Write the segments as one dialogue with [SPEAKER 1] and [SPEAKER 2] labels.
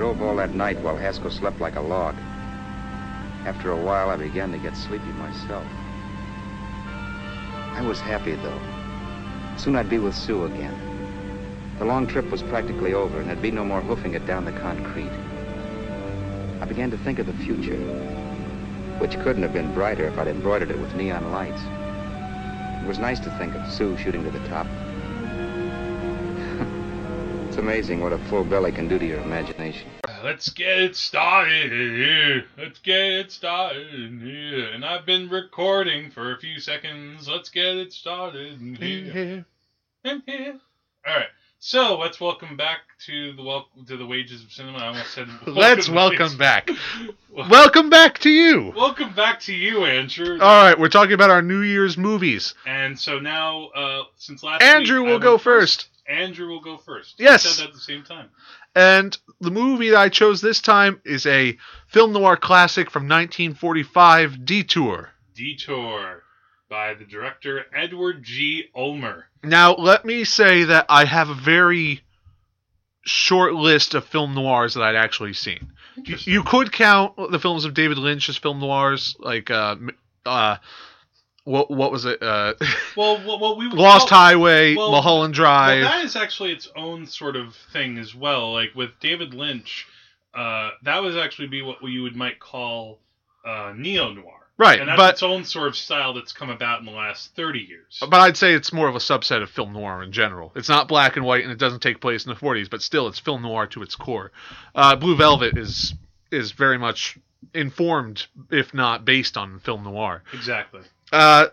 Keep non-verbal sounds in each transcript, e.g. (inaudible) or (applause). [SPEAKER 1] of all that night while Haskell slept like a log. After a while, I began to get sleepy myself. I was happy, though. Soon I'd be with Sue again. The long trip was practically over, and there'd be no more hoofing it down the concrete. I began to think of the future, which couldn't have been brighter if I'd embroidered it with neon lights. It was nice to think of Sue shooting to the top. it's amazing what a full belly can do to your imagination.
[SPEAKER 2] Let's get started here. Let's get started here. And I've been recording for a few seconds. Let's get it started here. In here. All right. So let's welcome back to the wel- to the wages of cinema. I almost said
[SPEAKER 3] (laughs) Let's welcome
[SPEAKER 2] back. (laughs)
[SPEAKER 3] back. Welcome back to you.
[SPEAKER 2] welcome back to you, Andrew.
[SPEAKER 3] All right, we're talking about our New Year's movies.
[SPEAKER 2] and so now, uh, since last
[SPEAKER 3] Andrew
[SPEAKER 2] week, I
[SPEAKER 3] will
[SPEAKER 2] went
[SPEAKER 3] go first.
[SPEAKER 2] Andrew will go first.
[SPEAKER 3] Yes.
[SPEAKER 2] We said that at the same time.
[SPEAKER 3] And the movie that I chose this time is a film noir classic from 1945, Detour.
[SPEAKER 2] Detour by the director Edward G. Ulmer.
[SPEAKER 3] Now, let me say that I have a very short list of film noirs that I'd actually seen. You,
[SPEAKER 2] Interesting.
[SPEAKER 3] you could count the films of David Lynch as film noirs, like uh, m- uh, what what was it? Uh, (laughs)
[SPEAKER 2] Well, what, what we would
[SPEAKER 3] Lost
[SPEAKER 2] call-
[SPEAKER 3] Highway,
[SPEAKER 2] well,
[SPEAKER 3] Mulholland Drive.
[SPEAKER 2] Well, that is actually its own sort of thing as well. Like with David Lynch, uh, that would actually be what you would might call uh, neo noir.
[SPEAKER 3] Right,
[SPEAKER 2] and that's
[SPEAKER 3] but-
[SPEAKER 2] its own sort of style that's come about in the last thirty years.
[SPEAKER 3] But I'd say it's more of a subset of film noir in general. It's not black and white, and it doesn't take place in the 40s, but still, it's film noir to its core. Uh, Blue Velvet is is very much informed, if not based on film noir.
[SPEAKER 2] Exactly.
[SPEAKER 3] Uh,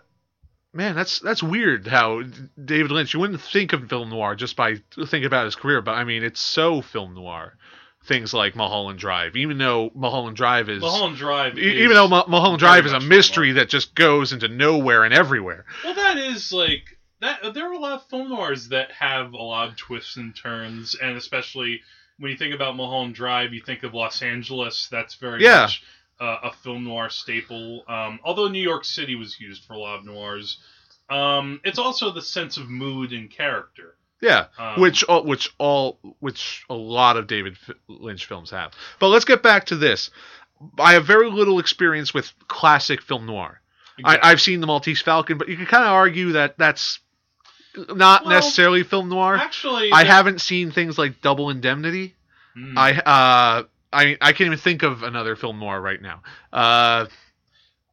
[SPEAKER 3] man, that's that's weird. How David Lynch, you wouldn't think of film noir just by thinking about his career, but I mean, it's so film noir. Things like Mulholland Drive, even though Mulholland Drive is.
[SPEAKER 2] Mulholland Drive.
[SPEAKER 3] e-
[SPEAKER 2] is-
[SPEAKER 3] even though Mul- Mulholland
[SPEAKER 2] very
[SPEAKER 3] Drive is a
[SPEAKER 2] much film
[SPEAKER 3] mystery that just goes into nowhere and everywhere.
[SPEAKER 2] well, that is like that. There are a lot of film noirs that have a lot of twists and turns, and especially when you think about Mulholland Drive, you think of Los Angeles. That's very
[SPEAKER 3] Yeah.
[SPEAKER 2] much uh, a film noir staple. Um, although New York City was used for a lot of noirs, um, it's also the sense of mood and character.
[SPEAKER 3] Yeah,
[SPEAKER 2] Um,
[SPEAKER 3] which all, which all which a lot of David F- Lynch films have. But let's get back to this. I have very little experience with classic film noir. I, I've seen The Maltese Falcon, but you can kind of argue that that's not
[SPEAKER 2] Well,
[SPEAKER 3] necessarily film noir.
[SPEAKER 2] actually
[SPEAKER 3] I
[SPEAKER 2] there-
[SPEAKER 3] haven't seen things like Double Indemnity.
[SPEAKER 2] Hmm.
[SPEAKER 3] I uh, I I can't even think of another film noir right now. Uh,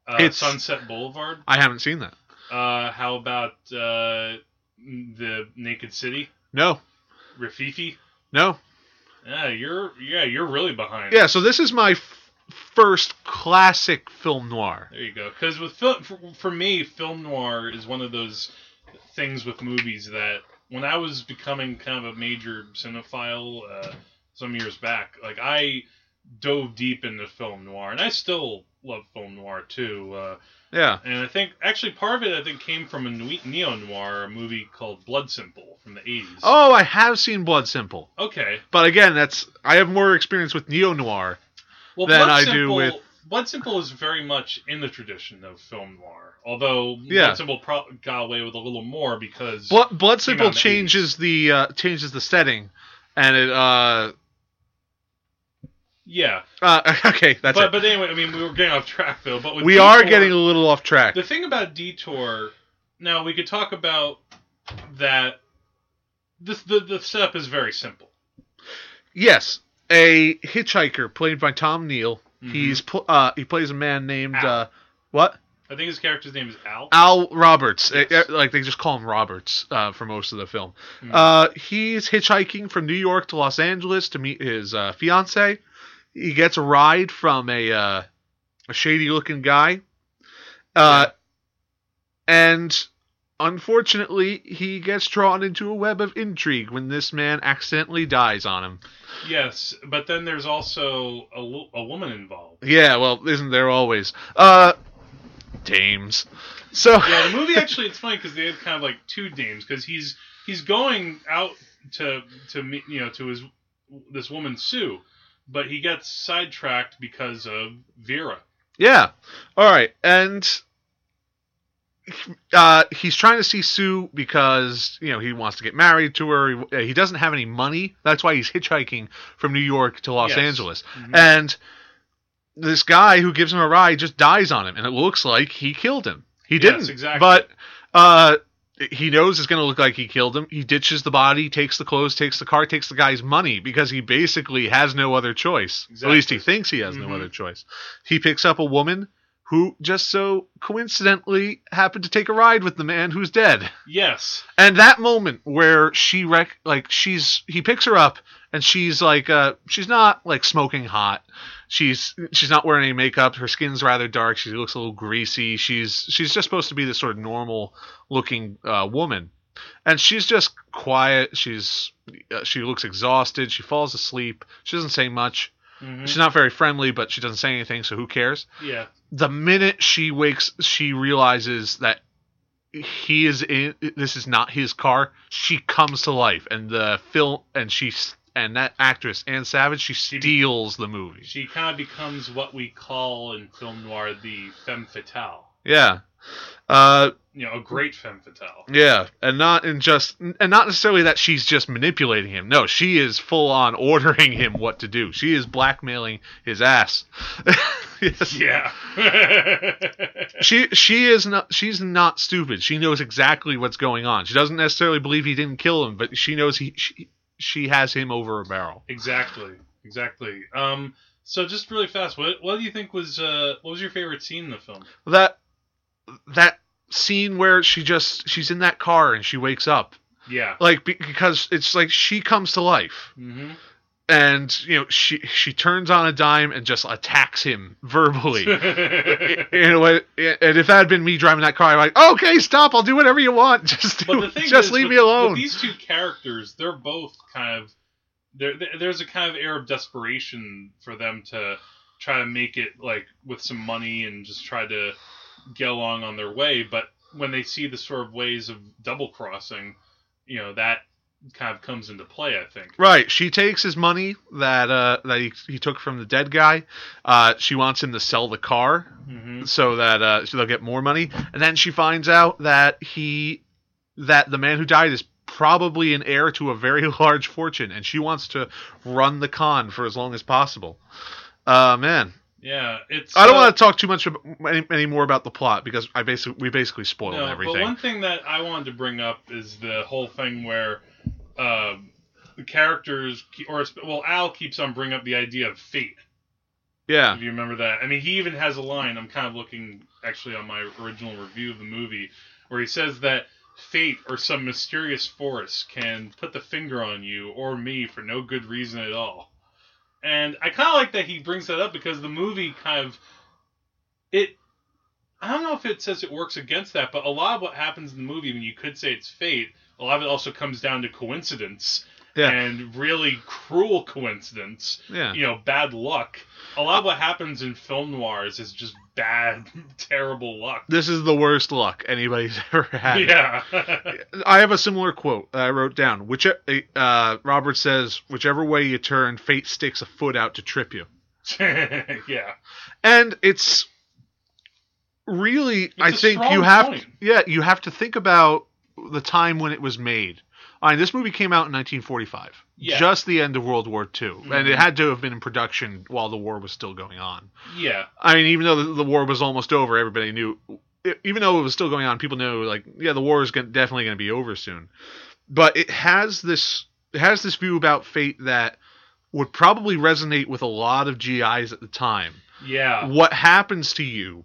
[SPEAKER 2] uh,
[SPEAKER 3] it's-
[SPEAKER 2] Sunset Boulevard.
[SPEAKER 3] I haven't seen that.
[SPEAKER 2] Uh, how about uh, the Naked City?
[SPEAKER 3] No,
[SPEAKER 2] Rafifi.
[SPEAKER 3] no.
[SPEAKER 2] Yeah, you're yeah, you're really behind.
[SPEAKER 3] Yeah, so this is my f- first classic film noir.
[SPEAKER 2] There you go. Because with film, for, for me, film noir is one of those things with movies that when I was becoming kind of a major cinephile uh, some years back, like I dove deep into film noir, and I still love film noir too. Uh,
[SPEAKER 3] Yeah.
[SPEAKER 2] and I think actually part of it I think came from a neo noir movie called Blood Simple from the eighties.
[SPEAKER 3] Oh, I have seen Blood Simple,
[SPEAKER 2] okay.
[SPEAKER 3] but again, that's I have more experience with neo noir.
[SPEAKER 2] Well,
[SPEAKER 3] than
[SPEAKER 2] Blood
[SPEAKER 3] I do
[SPEAKER 2] Simple,
[SPEAKER 3] with-
[SPEAKER 2] Blood Simple is very much in the tradition of film noir, although
[SPEAKER 3] Yeah.
[SPEAKER 2] Blood Simple pro- got away with a little more because
[SPEAKER 3] Blood, Blood Simple
[SPEAKER 2] out in the
[SPEAKER 3] changes the uh, changes the setting, and it uh,
[SPEAKER 2] yeah.
[SPEAKER 3] uh (laughs) okay, that's
[SPEAKER 2] but
[SPEAKER 3] it.
[SPEAKER 2] but anyway, I mean, we were getting off track though. But with
[SPEAKER 3] we are
[SPEAKER 2] Detour-
[SPEAKER 3] getting a little off track.
[SPEAKER 2] the thing about detour. Now we could talk about that. This the the setup is very simple.
[SPEAKER 3] Yes, a hitchhiker played by Tom Neal.
[SPEAKER 2] Mhm.
[SPEAKER 3] He's pl- uh, he plays a man named
[SPEAKER 2] Al.
[SPEAKER 3] uh, what
[SPEAKER 2] I think his character's name is Al.
[SPEAKER 3] Al Roberts.
[SPEAKER 2] Yes.
[SPEAKER 3] Eh, eh, like they just call him Roberts uh, for most of the film.
[SPEAKER 2] Mhm.
[SPEAKER 3] Uh, he's hitchhiking from New York to Los Angeles to meet his uh, fiance. He gets a ride from a uh, a shady looking guy, uh, and unfortunately, he gets drawn into a web of intrigue when this man accidentally dies on him.
[SPEAKER 2] Yes, but then there's also a, wo- a woman involved.
[SPEAKER 3] Yeah, well, isn't there always? Uh, dames. So
[SPEAKER 2] Yeah, the movie actually it's funny because they have kind of like two names because he's he's going out to to meet you know to his this woman Sue, but he gets sidetracked because of Vera.
[SPEAKER 3] Yeah. All right. And uh, he's trying to see Sue because you know he wants to get married to her. He, uh, he doesn't have any money. That's why he's hitchhiking from New York to Los
[SPEAKER 2] Yes.
[SPEAKER 3] Angeles.
[SPEAKER 2] Mhm.
[SPEAKER 3] And this guy who gives him a ride just dies on him, and it looks like he killed him. He
[SPEAKER 2] Yes,
[SPEAKER 3] didn't,
[SPEAKER 2] exactly.
[SPEAKER 3] but uh, he knows it's going to look like he killed him. He ditches the body, takes the clothes, takes the car, takes the guy's money because he basically has no other choice. At least he
[SPEAKER 2] Exactly.
[SPEAKER 3] thinks he has no
[SPEAKER 2] Mhm.
[SPEAKER 3] other choice. He picks up a woman who just so coincidentally happened to take a ride with the man who's dead.
[SPEAKER 2] Yes.
[SPEAKER 3] And that moment where she rec like she's he picks her up and she's like uh she's not like smoking hot. She's she's not wearing any makeup. Her skin's rather dark. She looks a little greasy. She's she's just supposed to be this sort of normal looking uh, woman. And she's just quiet. She's uh, she looks exhausted. She falls asleep. She doesn't say much.
[SPEAKER 2] Mhm.
[SPEAKER 3] She's not very friendly, but she doesn't say anything, so who cares?
[SPEAKER 2] Yeah.
[SPEAKER 3] the minute she wakes she realizes that he is in this is not his car she comes to life and the film and she s- and that actress Ann Savage she steals the movie
[SPEAKER 2] She kind of becomes what we call in film noir the femme fatale.
[SPEAKER 3] yeah uh
[SPEAKER 2] You know, a great femme fatale.
[SPEAKER 3] yeah and not in just and not necessarily that she's just manipulating him no she is full on (laughs) ordering him what to do she is blackmailing his ass (laughs) Yes.
[SPEAKER 2] Yeah. (laughs)
[SPEAKER 3] she she is not she's not stupid. She knows exactly what's going on. She doesn't necessarily believe he didn't kill him, but she knows he she, she has him over a barrel.
[SPEAKER 2] exactly. Exactly. Um. So just really fast, what what do you think was uh what was your favorite scene in the film?
[SPEAKER 3] That that scene where she just she's in that car and she wakes up.
[SPEAKER 2] Yeah.
[SPEAKER 3] Like be- because it's like she comes to life
[SPEAKER 2] Mm-hmm.
[SPEAKER 3] and you know she she turns on a dime and just attacks him (laughs) verbally.
[SPEAKER 2] (laughs)
[SPEAKER 3] You know, and if that had been me driving that car, I'm like, okay, stop. I'll do whatever you want. (laughs) Just
[SPEAKER 2] But
[SPEAKER 3] do,
[SPEAKER 2] the thing
[SPEAKER 3] just
[SPEAKER 2] is,
[SPEAKER 3] leave
[SPEAKER 2] with-
[SPEAKER 3] me alone.
[SPEAKER 2] with these two characters, they're both kind of there. there- There's a kind of air of desperation for them to try to make it like with some money and just try to get along on their way. But when they see the sort of ways of double crossing, you know that kind of comes into play. I think.
[SPEAKER 3] Right. She takes his money that uh, that he, he took from the dead guy. Uh, she wants him to sell the car
[SPEAKER 2] Mm-hmm.
[SPEAKER 3] so that uh, so they'll get more money. And then she finds out that he that the man who died is probably an heir to a very (laughs) large fortune, and she wants to run the con for as long as possible. Uh, man,
[SPEAKER 2] Yeah, it's.
[SPEAKER 3] I don't
[SPEAKER 2] uh,
[SPEAKER 3] want to talk too much ab any, any more about the plot because I basically we basically spoiled
[SPEAKER 2] No,
[SPEAKER 3] everything.
[SPEAKER 2] But one thing that I wanted to bring up is the whole thing where um, the characters, ke- or well, Al keeps on bringing up the idea of fate.
[SPEAKER 3] yeah,
[SPEAKER 2] If you remember that, I mean, he even has a line. I'm kind of looking actually on my original review of the movie where he says that fate or some mysterious force can put the finger on you or me for no good reason at all. And I kind of like that he brings that up because the movie kind of it. I don't know if it says it works against that, but a lot of what happens in the movie, I mean, you could say it's fate. A lot of it also comes down to coincidence
[SPEAKER 3] Yeah.
[SPEAKER 2] and really cruel coincidence
[SPEAKER 3] yeah.
[SPEAKER 2] you know, bad luck. A lot of what happens in film noirs is just bad, (laughs) terrible luck.
[SPEAKER 3] This is the worst luck anybody's (laughs) ever had.
[SPEAKER 2] Yeah. (laughs)
[SPEAKER 3] I have a similar quote that I wrote down. Which uh, Robert says, "Whichever way you turn, fate sticks a foot out to trip you."
[SPEAKER 2] yeah.
[SPEAKER 3] And it's really, I
[SPEAKER 2] a
[SPEAKER 3] think you
[SPEAKER 2] strong
[SPEAKER 3] have,
[SPEAKER 2] point.
[SPEAKER 3] yeah, you have to think about the time when it was made. I mean, this movie came out in 1945,
[SPEAKER 2] Yeah.
[SPEAKER 3] just the end of World War II, and
[SPEAKER 2] Mhm.
[SPEAKER 3] it had to have been in production while the war was still going on.
[SPEAKER 2] Yeah.
[SPEAKER 3] I mean, even though the, the war was almost over, everybody knew. e- Even though it was still going on, people knew like, yeah, the war is gonna, definitely going to be over soon. But it has this it has this view about fate that would probably resonate with a lot of GIs at the time.
[SPEAKER 2] Yeah.
[SPEAKER 3] What happens to you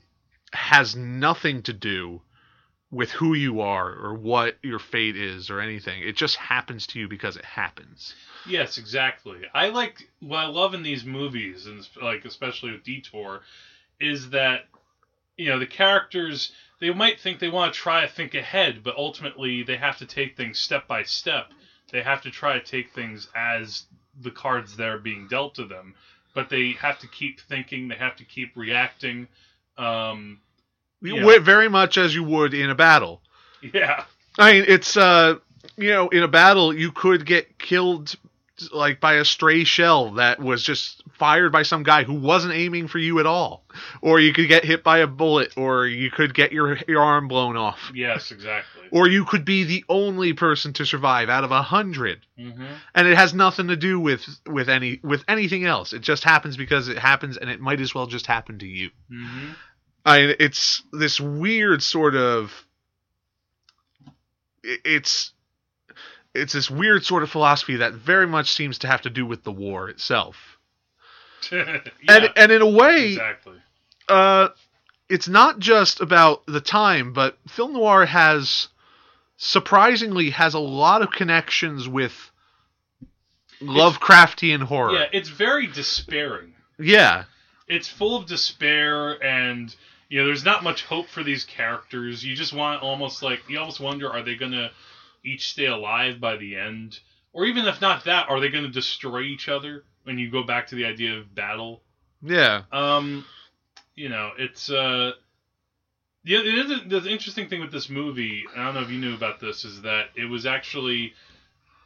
[SPEAKER 3] has nothing to do with who you are or what your fate is or anything. It just happens to you because it happens.
[SPEAKER 2] Yes, exactly. I like what I love in these movies, and it's- like especially with Detour, is that you know the characters they might think they want to try to think ahead, but ultimately they have to take things step by step. They have to try to take things as the cards that are being dealt to them, but they have to keep thinking. They have to keep reacting. Um, (laughs) Yeah.
[SPEAKER 3] Wi- Very much as you would in a battle.
[SPEAKER 2] yeah,
[SPEAKER 3] I mean, it's uh, you know, in a battle, you could get killed like by a stray shell that was just fired by some guy who wasn't aiming for you at all, or you could get hit by a bullet, or you could get your your arm blown off,
[SPEAKER 2] Yes, exactly.
[SPEAKER 3] or you could be the only person to survive out of a hundred,
[SPEAKER 2] hmm
[SPEAKER 3] and it has nothing to do with with any with anything else. It just happens because it happens, and it might as well just happen to you.
[SPEAKER 2] (laughs) hmm
[SPEAKER 3] I it's this weird sort of i- it's it's this weird sort of philosophy that very much seems to have to do with the war itself.
[SPEAKER 2] yeah,
[SPEAKER 3] and and in a way,
[SPEAKER 2] exactly.
[SPEAKER 3] uh it's not just about the time, but film noir has surprisingly has a lot of connections with Lovecraftian horror.
[SPEAKER 2] Yeah, it's very despairing.
[SPEAKER 3] yeah.
[SPEAKER 2] It's full of despair, and you know, there's not much hope for these characters. You just want almost like you almost wonder, are they gonna each stay alive by the end, or even if not that, are they gonna destroy each other? When you go back to the idea of battle,
[SPEAKER 3] Yeah.
[SPEAKER 2] Um, you know, it's uh, yeah. The, other- the interesting thing with this movie, I don't know if you knew about this, is that it was actually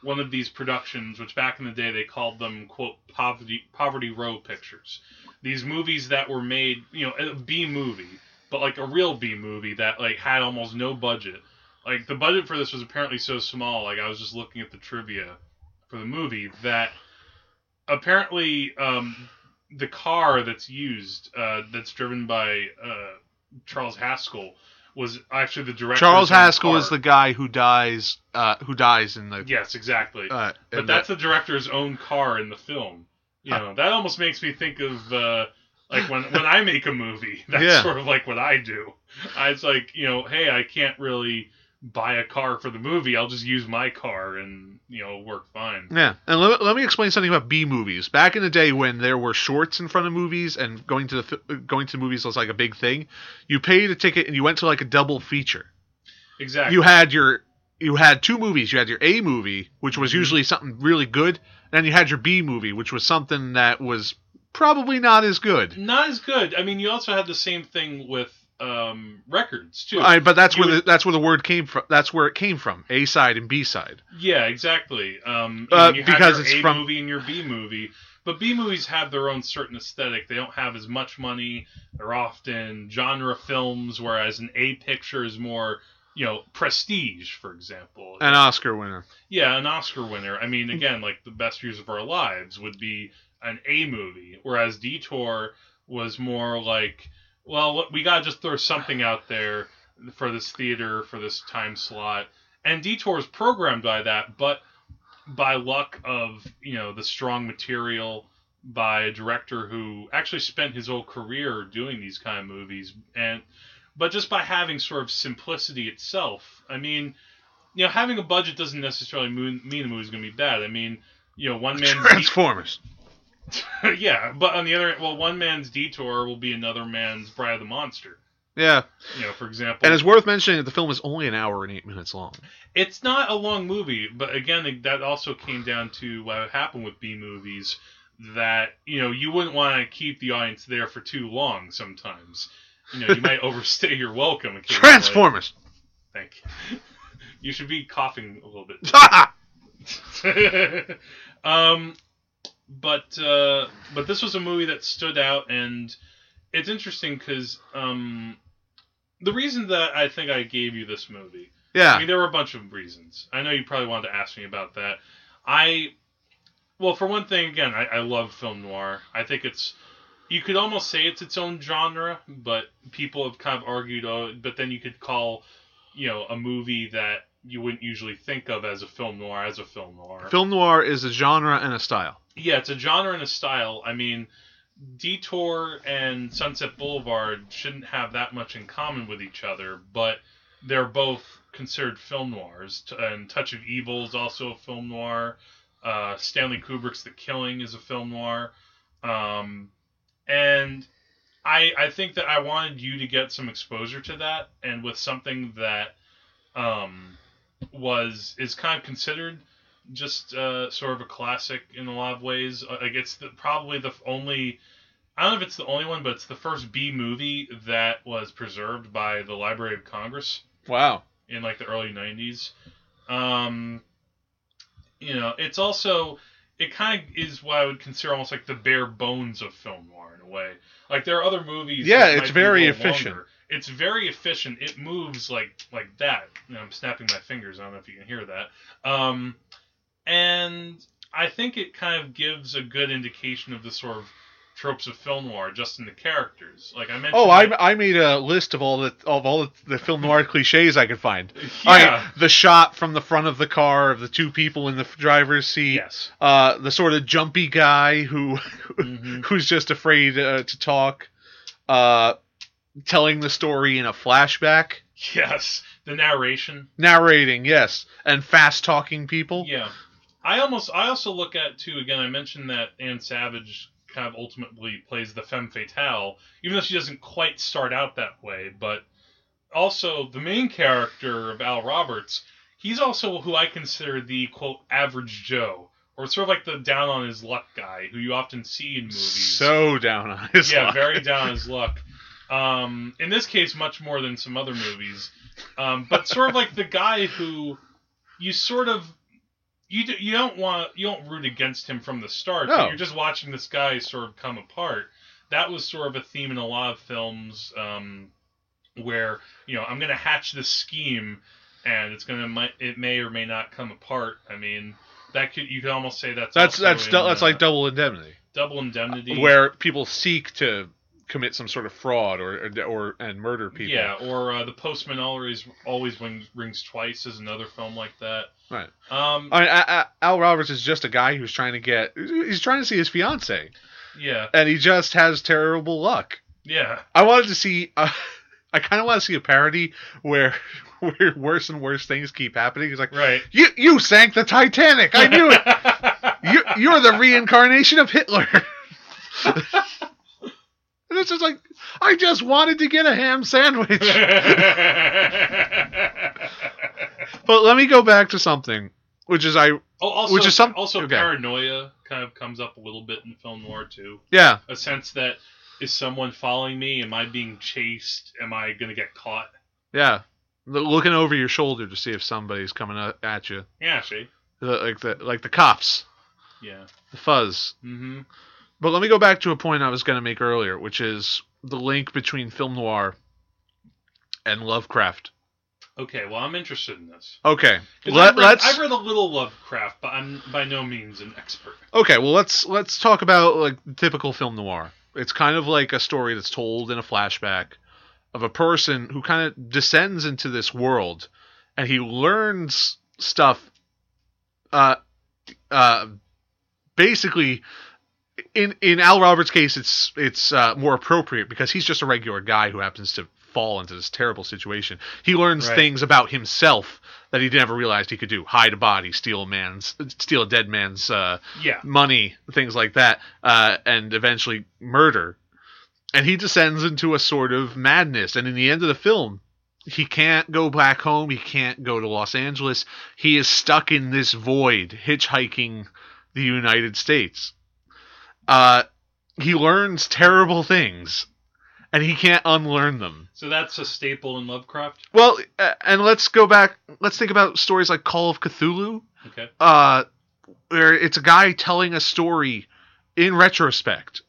[SPEAKER 2] one of these productions, which back in the day they called them quote poverty poverty row pictures. These movies that were made, you know, a B movie, but like a real B movie that like had almost no budget. Like the budget for this was apparently so small. Like I was just looking at the trivia for the movie that apparently um, the car that's used, uh, that's driven by uh, Charles Haskell, was actually the director.
[SPEAKER 3] Charles Haskell is the guy who dies uh who dies in the
[SPEAKER 2] yes, exactly.
[SPEAKER 3] uh,
[SPEAKER 2] but
[SPEAKER 3] in the-
[SPEAKER 2] that's the director's own car in the film. You know, that almost makes me think of uh, like when when I make a movie. (laughs) That's
[SPEAKER 3] Yeah.
[SPEAKER 2] sort of like what I do. I, it's like you know, hey, I can't really buy a car for the movie. I'll just use my car and you know, it'll work fine.
[SPEAKER 3] Yeah, and let, let me explain something about B movies. Back in the day when there were shorts in front of movies and going to the fi- going to movies was like a big thing, you paid a ticket and you went to like a double feature.
[SPEAKER 2] Exactly.
[SPEAKER 3] You had your you had two movies. You had your A movie, which was
[SPEAKER 2] Mhm.
[SPEAKER 3] usually something really good, and then you had your B movie, which was something that was probably not as good.
[SPEAKER 2] Not as good. I mean, you also had the same thing with um, records too.
[SPEAKER 3] I, but that's
[SPEAKER 2] You
[SPEAKER 3] where the,
[SPEAKER 2] would-
[SPEAKER 3] that's where the word came from. That's where it came from. A side and B side.
[SPEAKER 2] Yeah, exactly. Um,
[SPEAKER 3] Uh,
[SPEAKER 2] you have
[SPEAKER 3] because
[SPEAKER 2] your
[SPEAKER 3] it's
[SPEAKER 2] A
[SPEAKER 3] from-
[SPEAKER 2] movie and your B movie, but B movies have their own certain aesthetic. They don't have as much money. They're often genre films, whereas an A picture is more, you know, prestige. For example,
[SPEAKER 3] An Oscar winner.
[SPEAKER 2] yeah, an Oscar winner. I mean, again, like the best years of our lives would be an A movie, whereas Detour was more like, well, we gotta just throw something out there for this theater for this time slot, and Detour is programmed by that, but by luck of you know the strong material by a director who actually spent his whole career doing these kind of movies and but just by having sort of simplicity itself i mean you know having a budget doesn't necessarily mean, mean the movie's going to be bad i mean you know one man's
[SPEAKER 3] (laughs) Transformers.
[SPEAKER 2] de- (clears throat) yeah but on the other hand well one man's detour will be another man's bride of the monster
[SPEAKER 3] Yeah,
[SPEAKER 2] you know for example
[SPEAKER 3] and it's worth mentioning that the film is only an hour and eight minutes long.
[SPEAKER 2] it's not a long movie, but again, that also came down to what happened with B movies that you know you wouldn't want to keep the audience there for too long. Sometimes, you know, you might overstay your welcome. occasionally.
[SPEAKER 3] Transformers. (laughs)
[SPEAKER 2] Thank you. (laughs) You should be coughing a little bit.
[SPEAKER 3] Ha!
[SPEAKER 2] (laughs) um, but uh, but this was a movie that stood out, and it's interesting because um, the reason that I think I gave you this movie I
[SPEAKER 3] yeah,
[SPEAKER 2] mean, there were a bunch of reasons. I know you probably wanted to ask me about that. I, well, for one thing, again, I, I love film noir. I think it's, you could almost say it's its own genre, but people have kind of argued, oh, but then you could call, you know, a movie that you wouldn't usually think of as a film noir as a film noir.
[SPEAKER 3] film noir is a genre and a style.
[SPEAKER 2] Yeah, it's a genre and a style. I mean, Detour and Sunset Boulevard shouldn't have that much in common with each other, but they're both considered film noirs. T- And Touch of Evil is also a film noir. Uh, Stanley Kubrick's The Killing is a film noir. Um, and I, I think that I wanted you to get some exposure to that, and with something that um, was is kind of considered just uh, sort of a classic in a lot of ways. Uh, Like it's the, probably the only. I don't know if it's the only one, but it's the first B movie that was preserved by the Library of Congress
[SPEAKER 3] Wow.
[SPEAKER 2] in like the early 90s. Um, you know, it's also it kind of is what I would consider almost like the bare bones of film noir in a way. Like there are other movies.
[SPEAKER 3] Yeah,
[SPEAKER 2] that
[SPEAKER 3] it's
[SPEAKER 2] might be a
[SPEAKER 3] very
[SPEAKER 2] little
[SPEAKER 3] efficient.
[SPEAKER 2] longer. It's very efficient. It moves like like that. And I'm snapping my fingers. I don't know if you can hear that. Um, and I think it kind of gives a good indication of the sort of tropes of film noir just in the characters. Like I mentioned.
[SPEAKER 3] Oh,
[SPEAKER 2] like-
[SPEAKER 3] I, I made a list of all the of all the film noir cliches I could find.
[SPEAKER 2] (laughs) yeah.
[SPEAKER 3] All right, the shot from the front of the car of the two people in the driver's seat.
[SPEAKER 2] Yes.
[SPEAKER 3] Uh, the sort of jumpy guy who (laughs)
[SPEAKER 2] Mhm.
[SPEAKER 3] who's just afraid uh, to talk. Uh, telling the story in a flashback,
[SPEAKER 2] Yes. The narration.
[SPEAKER 3] narrating, yes, and fast talking people.
[SPEAKER 2] Yeah. I almost I also look at too again I mentioned that Anne Savage kind of ultimately plays the femme fatale even though she doesn't quite start out that way but also the main character of Al Roberts he's also who I consider the quote average Joe or sort of like the down on his luck guy who you often see in movies
[SPEAKER 3] So down on his
[SPEAKER 2] yeah,
[SPEAKER 3] luck.
[SPEAKER 2] very down his luck. Um, in this case, much more than some other movies, um, but sort of like the guy who you sort of you do, you don't want you don't root against him from the start. but
[SPEAKER 3] No.
[SPEAKER 2] You're just watching this guy sort of come apart. That was sort of a theme in a lot of films um, where you know I'm going to hatch this scheme and it's going to might it may or may not come apart. I mean. That could you could almost say that's
[SPEAKER 3] That's
[SPEAKER 2] also
[SPEAKER 3] that's
[SPEAKER 2] in,
[SPEAKER 3] du- that's
[SPEAKER 2] uh,
[SPEAKER 3] like double indemnity,
[SPEAKER 2] double indemnity
[SPEAKER 3] where people seek to commit some sort of fraud or or, or and murder people.
[SPEAKER 2] Yeah, or uh, the Postman always always rings, rings twice is another film like that.
[SPEAKER 3] Right. Uh,
[SPEAKER 2] Um.
[SPEAKER 3] I mean, A- A- Al Roberts is just a guy who's trying to get he's trying to see his fiance,
[SPEAKER 2] yeah.
[SPEAKER 3] and he just has terrible luck.
[SPEAKER 2] Yeah.
[SPEAKER 3] I wanted to see. Uh, (laughs) I kind of want to see a parody where (laughs) where worse and worse things keep happening. He's like,
[SPEAKER 2] Right.
[SPEAKER 3] "You you sank the Titanic. I knew it.
[SPEAKER 2] it.
[SPEAKER 3] You you're the reincarnation of Hitler." (laughs) and it's just like, I just wanted to get a ham sandwich. But let me go back to something, which is
[SPEAKER 2] (laughs)
[SPEAKER 3] I
[SPEAKER 2] oh, also,
[SPEAKER 3] Which is some-
[SPEAKER 2] also
[SPEAKER 3] okay.
[SPEAKER 2] paranoia kind of comes up a little bit in film noir too.
[SPEAKER 3] yeah
[SPEAKER 2] A sense that is someone following me? Am I being chased? Am I gonna get caught?
[SPEAKER 3] yeah the, looking over your shoulder to see if somebody's coming a- at you,
[SPEAKER 2] Yeah, see.
[SPEAKER 3] the, like the like the cops,
[SPEAKER 2] Yeah.
[SPEAKER 3] the fuzz.
[SPEAKER 2] Mm-hmm.
[SPEAKER 3] But let me go back to a point I was going to make earlier, which is the link between film noir and Lovecraft.
[SPEAKER 2] Okay. Well, I'm interested in this.
[SPEAKER 3] Okay,
[SPEAKER 2] 'Cause
[SPEAKER 3] let,
[SPEAKER 2] I've, read,
[SPEAKER 3] let's
[SPEAKER 2] I've read a little Lovecraft, but I'm by no means an expert.
[SPEAKER 3] okay. Well, let's let's talk about like typical film noir. It's kind of like a story that's told in a flashback of a person who kind of descends into this world, and he learns stuff, uh, uh, basically. In in Al Roberts' case, it's it's uh, more appropriate because he's just a regular guy who happens to fall into this terrible situation. He learns
[SPEAKER 2] Right.
[SPEAKER 3] things about himself that he never realized he could do: hide a body, steal a man's, steal a dead man's uh,
[SPEAKER 2] Yeah.
[SPEAKER 3] money, things like that, uh, and eventually murder. And he descends into a sort of madness. And in the end of the film, he can't go back home. He can't go to Los Angeles. He is stuck in this void, hitchhiking the United States. Uh, he learns terrible things, and he can't unlearn them.
[SPEAKER 2] So that's a staple in Lovecraft.
[SPEAKER 3] Well, a- and let's go back. Let's think about stories like Call of Cthulhu
[SPEAKER 2] Okay.
[SPEAKER 3] uh, where it's a guy telling a story in retrospect,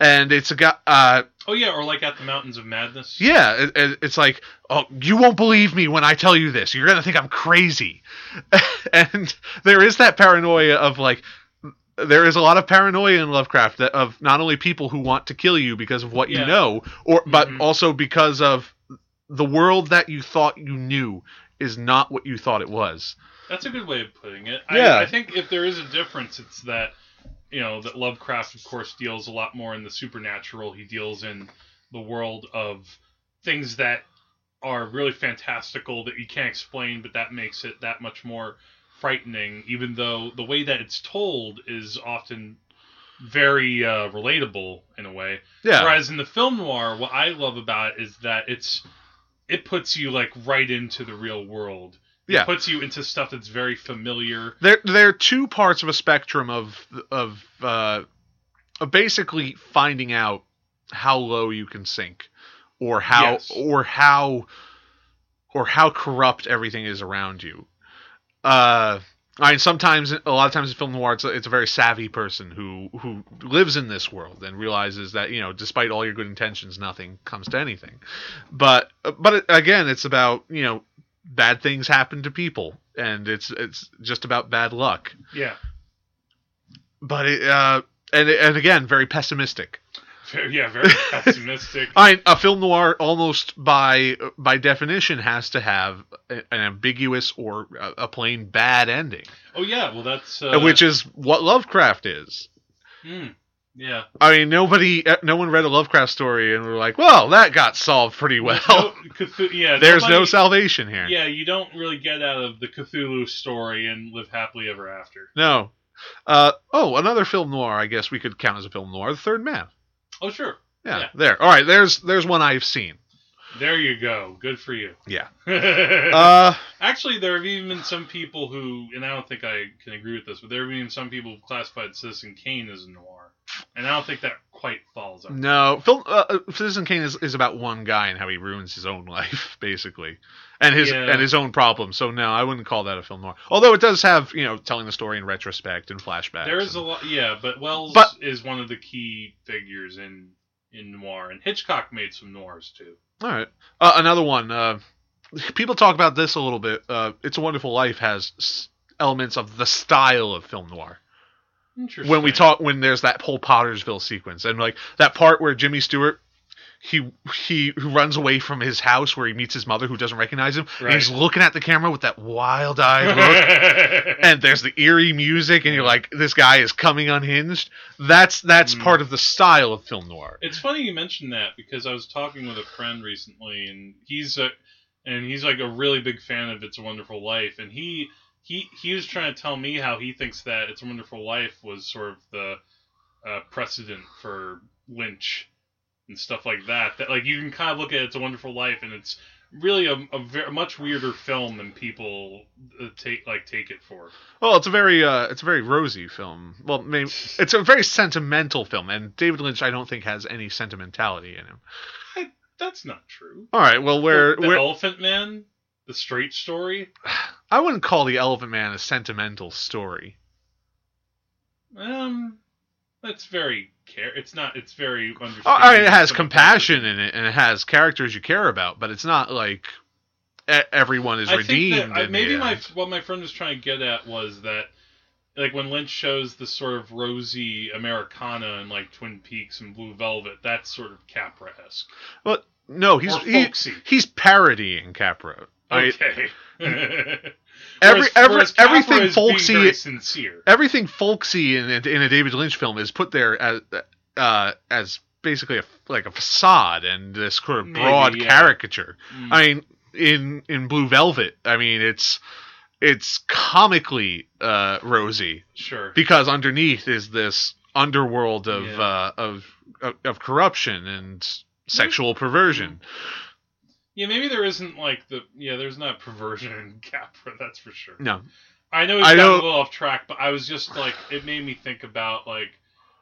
[SPEAKER 3] and it's a guy. Uh,
[SPEAKER 2] Oh yeah, or like at the Mountains of Madness.
[SPEAKER 3] yeah, it- it, it's like, oh, you won't believe me when I tell you this. You're gonna think I'm crazy, (laughs) and there is that paranoia of like. There is a lot of paranoia in Lovecraft that of not only people who want to kill you because of what
[SPEAKER 2] Yeah.
[SPEAKER 3] you know, or but
[SPEAKER 2] Mhm.
[SPEAKER 3] also because of the world that you thought you knew is not what you thought it was.
[SPEAKER 2] That's a good way of putting it.
[SPEAKER 3] Yeah.
[SPEAKER 2] I, I think if there is a difference, it's that you know that Lovecraft, of course, deals a lot more in the supernatural. He deals in the world of things that are really fantastical that you can't explain, but that makes it that much more frightening. Even though the way that it's told is often very uh, relatable in a way.
[SPEAKER 3] Yeah.
[SPEAKER 2] Whereas in the film noir, what I love about it is that it's it puts you like right into the real world. It
[SPEAKER 3] Yeah.
[SPEAKER 2] puts you into stuff that's very familiar.
[SPEAKER 3] there there are two parts of a spectrum of of uh of basically finding out how low you can sink or how
[SPEAKER 2] Yes.
[SPEAKER 3] or how or how corrupt everything is around you uh I mean, sometimes a lot of times in film noir, it's a, it's a very savvy person who who lives in this world and realizes that you know, despite all your good intentions, nothing comes to anything. But but again, it's about you know, bad things happen to people, and it's it's just about bad luck.
[SPEAKER 2] Yeah.
[SPEAKER 3] But it, uh, and and again, very pessimistic.
[SPEAKER 2] Very- yeah,
[SPEAKER 3] (laughs)
[SPEAKER 2] very pessimistic.
[SPEAKER 3] I mean, a film noir almost by by definition has to have a- an ambiguous or a a plain bad ending,
[SPEAKER 2] oh yeah, well that's uh,
[SPEAKER 3] which is what Lovecraft is.
[SPEAKER 2] mm, yeah.
[SPEAKER 3] I mean, nobody, no one read a Lovecraft story and were like, "Well, that got solved pretty (laughs) well." (laughs)
[SPEAKER 2] No, Cthu- yeah,
[SPEAKER 3] There's no
[SPEAKER 2] nobody-
[SPEAKER 3] salvation here.
[SPEAKER 2] Yeah, you don't really get out of the Cthulhu story and live happily ever after.
[SPEAKER 3] No. Uh, oh, another film noir. I guess we could count as a film noir. The Third Man.
[SPEAKER 2] Oh sure,
[SPEAKER 3] Yeah,
[SPEAKER 2] Yeah.
[SPEAKER 3] There. All right. There's there's one I've seen.
[SPEAKER 2] (laughs) there you go. Good for you. (laughs)
[SPEAKER 3] Yeah.
[SPEAKER 2] uh,
[SPEAKER 3] Uh,
[SPEAKER 2] Actually, there have even been some people who, and I don't think I can agree with this, but there have been some people who've classified Citizen Kane as noir, and I don't think that quite falls under.
[SPEAKER 3] no. Film uh, uh, Citizen Kane is, is about one guy and how he ruins his own (laughs) life basically, and his
[SPEAKER 2] Yeah.
[SPEAKER 3] and his own problems. So no, I wouldn't call that a film noir. Although it does have you know telling the story in retrospect and flashbacks.
[SPEAKER 2] There is a
[SPEAKER 3] and-
[SPEAKER 2] lot, yeah, but Wells
[SPEAKER 3] But-
[SPEAKER 2] is one of the key figures in in noir, and Hitchcock made some noirs too.
[SPEAKER 3] All right. Uh, another one. Uh, people talk about this a little bit. Uh, it's a Wonderful Life has s- elements of the style of film noir.
[SPEAKER 2] Interesting.
[SPEAKER 3] When we talk, when there's that whole Pottersville sequence and like that part where Jimmy Stewart. He he who runs away from his house where he meets his mother who doesn't recognize him. And he's
[SPEAKER 2] Right.
[SPEAKER 3] looking at the camera with that wild
[SPEAKER 2] (laughs)
[SPEAKER 3] eyed look. and there's the eerie music, and you're like, this guy is coming unhinged. That's that's
[SPEAKER 2] Mm.
[SPEAKER 3] part of the style of film noir.
[SPEAKER 2] It's funny you mentioned that because I was talking with a friend recently, and he's a, and he's like a really big fan of It's a Wonderful Life, and he he he was trying to tell me how he thinks that It's a Wonderful Life was sort of the uh, precedent for Lynch and stuff like that. That like you can kind of look at It's a Wonderful Life, and it's really a, a ver- much weirder film than people uh, take like take it for.
[SPEAKER 3] Well, it's a very uh, it's a very rosy film. Well, maybe it's a very sentimental film, and David Lynch, I don't think, has any sentimentality in him.
[SPEAKER 2] That's not true.
[SPEAKER 3] All right, well, where
[SPEAKER 2] the, the
[SPEAKER 3] where
[SPEAKER 2] Elephant Man, the Straight Story.
[SPEAKER 3] I wouldn't call the Elephant Man a sentimental story.
[SPEAKER 2] Um, that's very care. It's not. It's very understanding.
[SPEAKER 3] All right, Oh, it has
[SPEAKER 2] Some-
[SPEAKER 3] compassion in it, and it has characters you care about, but it's not like e- everyone is
[SPEAKER 2] I think
[SPEAKER 3] redeemed.
[SPEAKER 2] that I,
[SPEAKER 3] in the
[SPEAKER 2] maybe my
[SPEAKER 3] end.
[SPEAKER 2] what my friend was trying to get at was that, like when Lynch shows the sort of rosy Americana and like Twin Peaks and Blue Velvet, that's sort of Capra esque.
[SPEAKER 3] no, Oh, he's
[SPEAKER 2] Or
[SPEAKER 3] he,
[SPEAKER 2] folksy.
[SPEAKER 3] he's parodying Capra. I- (laughs)
[SPEAKER 2] okay. every,
[SPEAKER 3] every- everything folksy-
[SPEAKER 2] Being very sincere.
[SPEAKER 3] everything folksy in, in a David Lynch film is put there as uh, as basically a, like a facade and this sort of
[SPEAKER 2] Maybe,
[SPEAKER 3] broad
[SPEAKER 2] yeah.
[SPEAKER 3] caricature.
[SPEAKER 2] Mm.
[SPEAKER 3] I mean, in in Blue Velvet, I mean it's it's comically uh, rosy
[SPEAKER 2] sure.
[SPEAKER 3] because underneath is this underworld of
[SPEAKER 2] Yeah.
[SPEAKER 3] uh, of, of of corruption and sexual
[SPEAKER 2] Mm-hmm.
[SPEAKER 3] perversion.
[SPEAKER 2] yeah, maybe there isn't like the yeah. There's not perversion in Capra. That's for sure.
[SPEAKER 3] No,
[SPEAKER 2] I know it's
[SPEAKER 3] I
[SPEAKER 2] gotten a
[SPEAKER 3] don't-
[SPEAKER 2] little off track, but I was just like, it made me think about like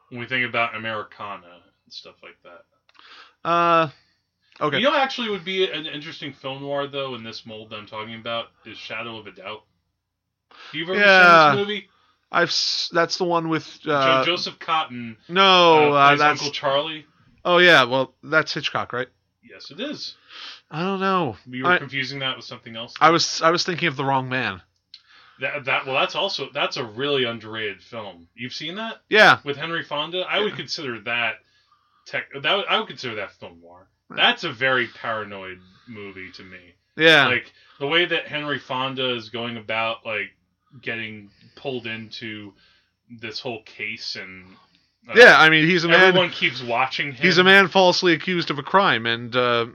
[SPEAKER 2] when we think about Americana and stuff like that.
[SPEAKER 3] uh, okay.
[SPEAKER 2] You know, actually, would be an interesting film noir though in this mold that I'm talking about is Shadow of a Doubt. You've ever
[SPEAKER 3] Yeah.
[SPEAKER 2] seen this movie?
[SPEAKER 3] I've s- that's the one with
[SPEAKER 2] Jo-
[SPEAKER 3] uh,
[SPEAKER 2] Joseph Cotton
[SPEAKER 3] no,
[SPEAKER 2] uh,
[SPEAKER 3] uh,
[SPEAKER 2] plays
[SPEAKER 3] that's
[SPEAKER 2] Uncle Charlie.
[SPEAKER 3] oh yeah, well that's Hitchcock, right?
[SPEAKER 2] Yes, it is.
[SPEAKER 3] I don't know.
[SPEAKER 2] We were
[SPEAKER 3] I-
[SPEAKER 2] confusing that with something else.
[SPEAKER 3] I was I was thinking of the wrong man.
[SPEAKER 2] that, that well, that's also that's a really underrated film. You've seen that
[SPEAKER 3] Yeah,
[SPEAKER 2] with Henry Fonda? I would consider that tech. That would- I would consider that film noir. That's a very paranoid movie to me.
[SPEAKER 3] yeah.
[SPEAKER 2] like the way that Henry Fonda is going about like getting pulled into this whole case and uh,
[SPEAKER 3] yeah, I mean he's a man
[SPEAKER 2] everyone keeps watching him.
[SPEAKER 3] he's a man falsely accused of a crime and uh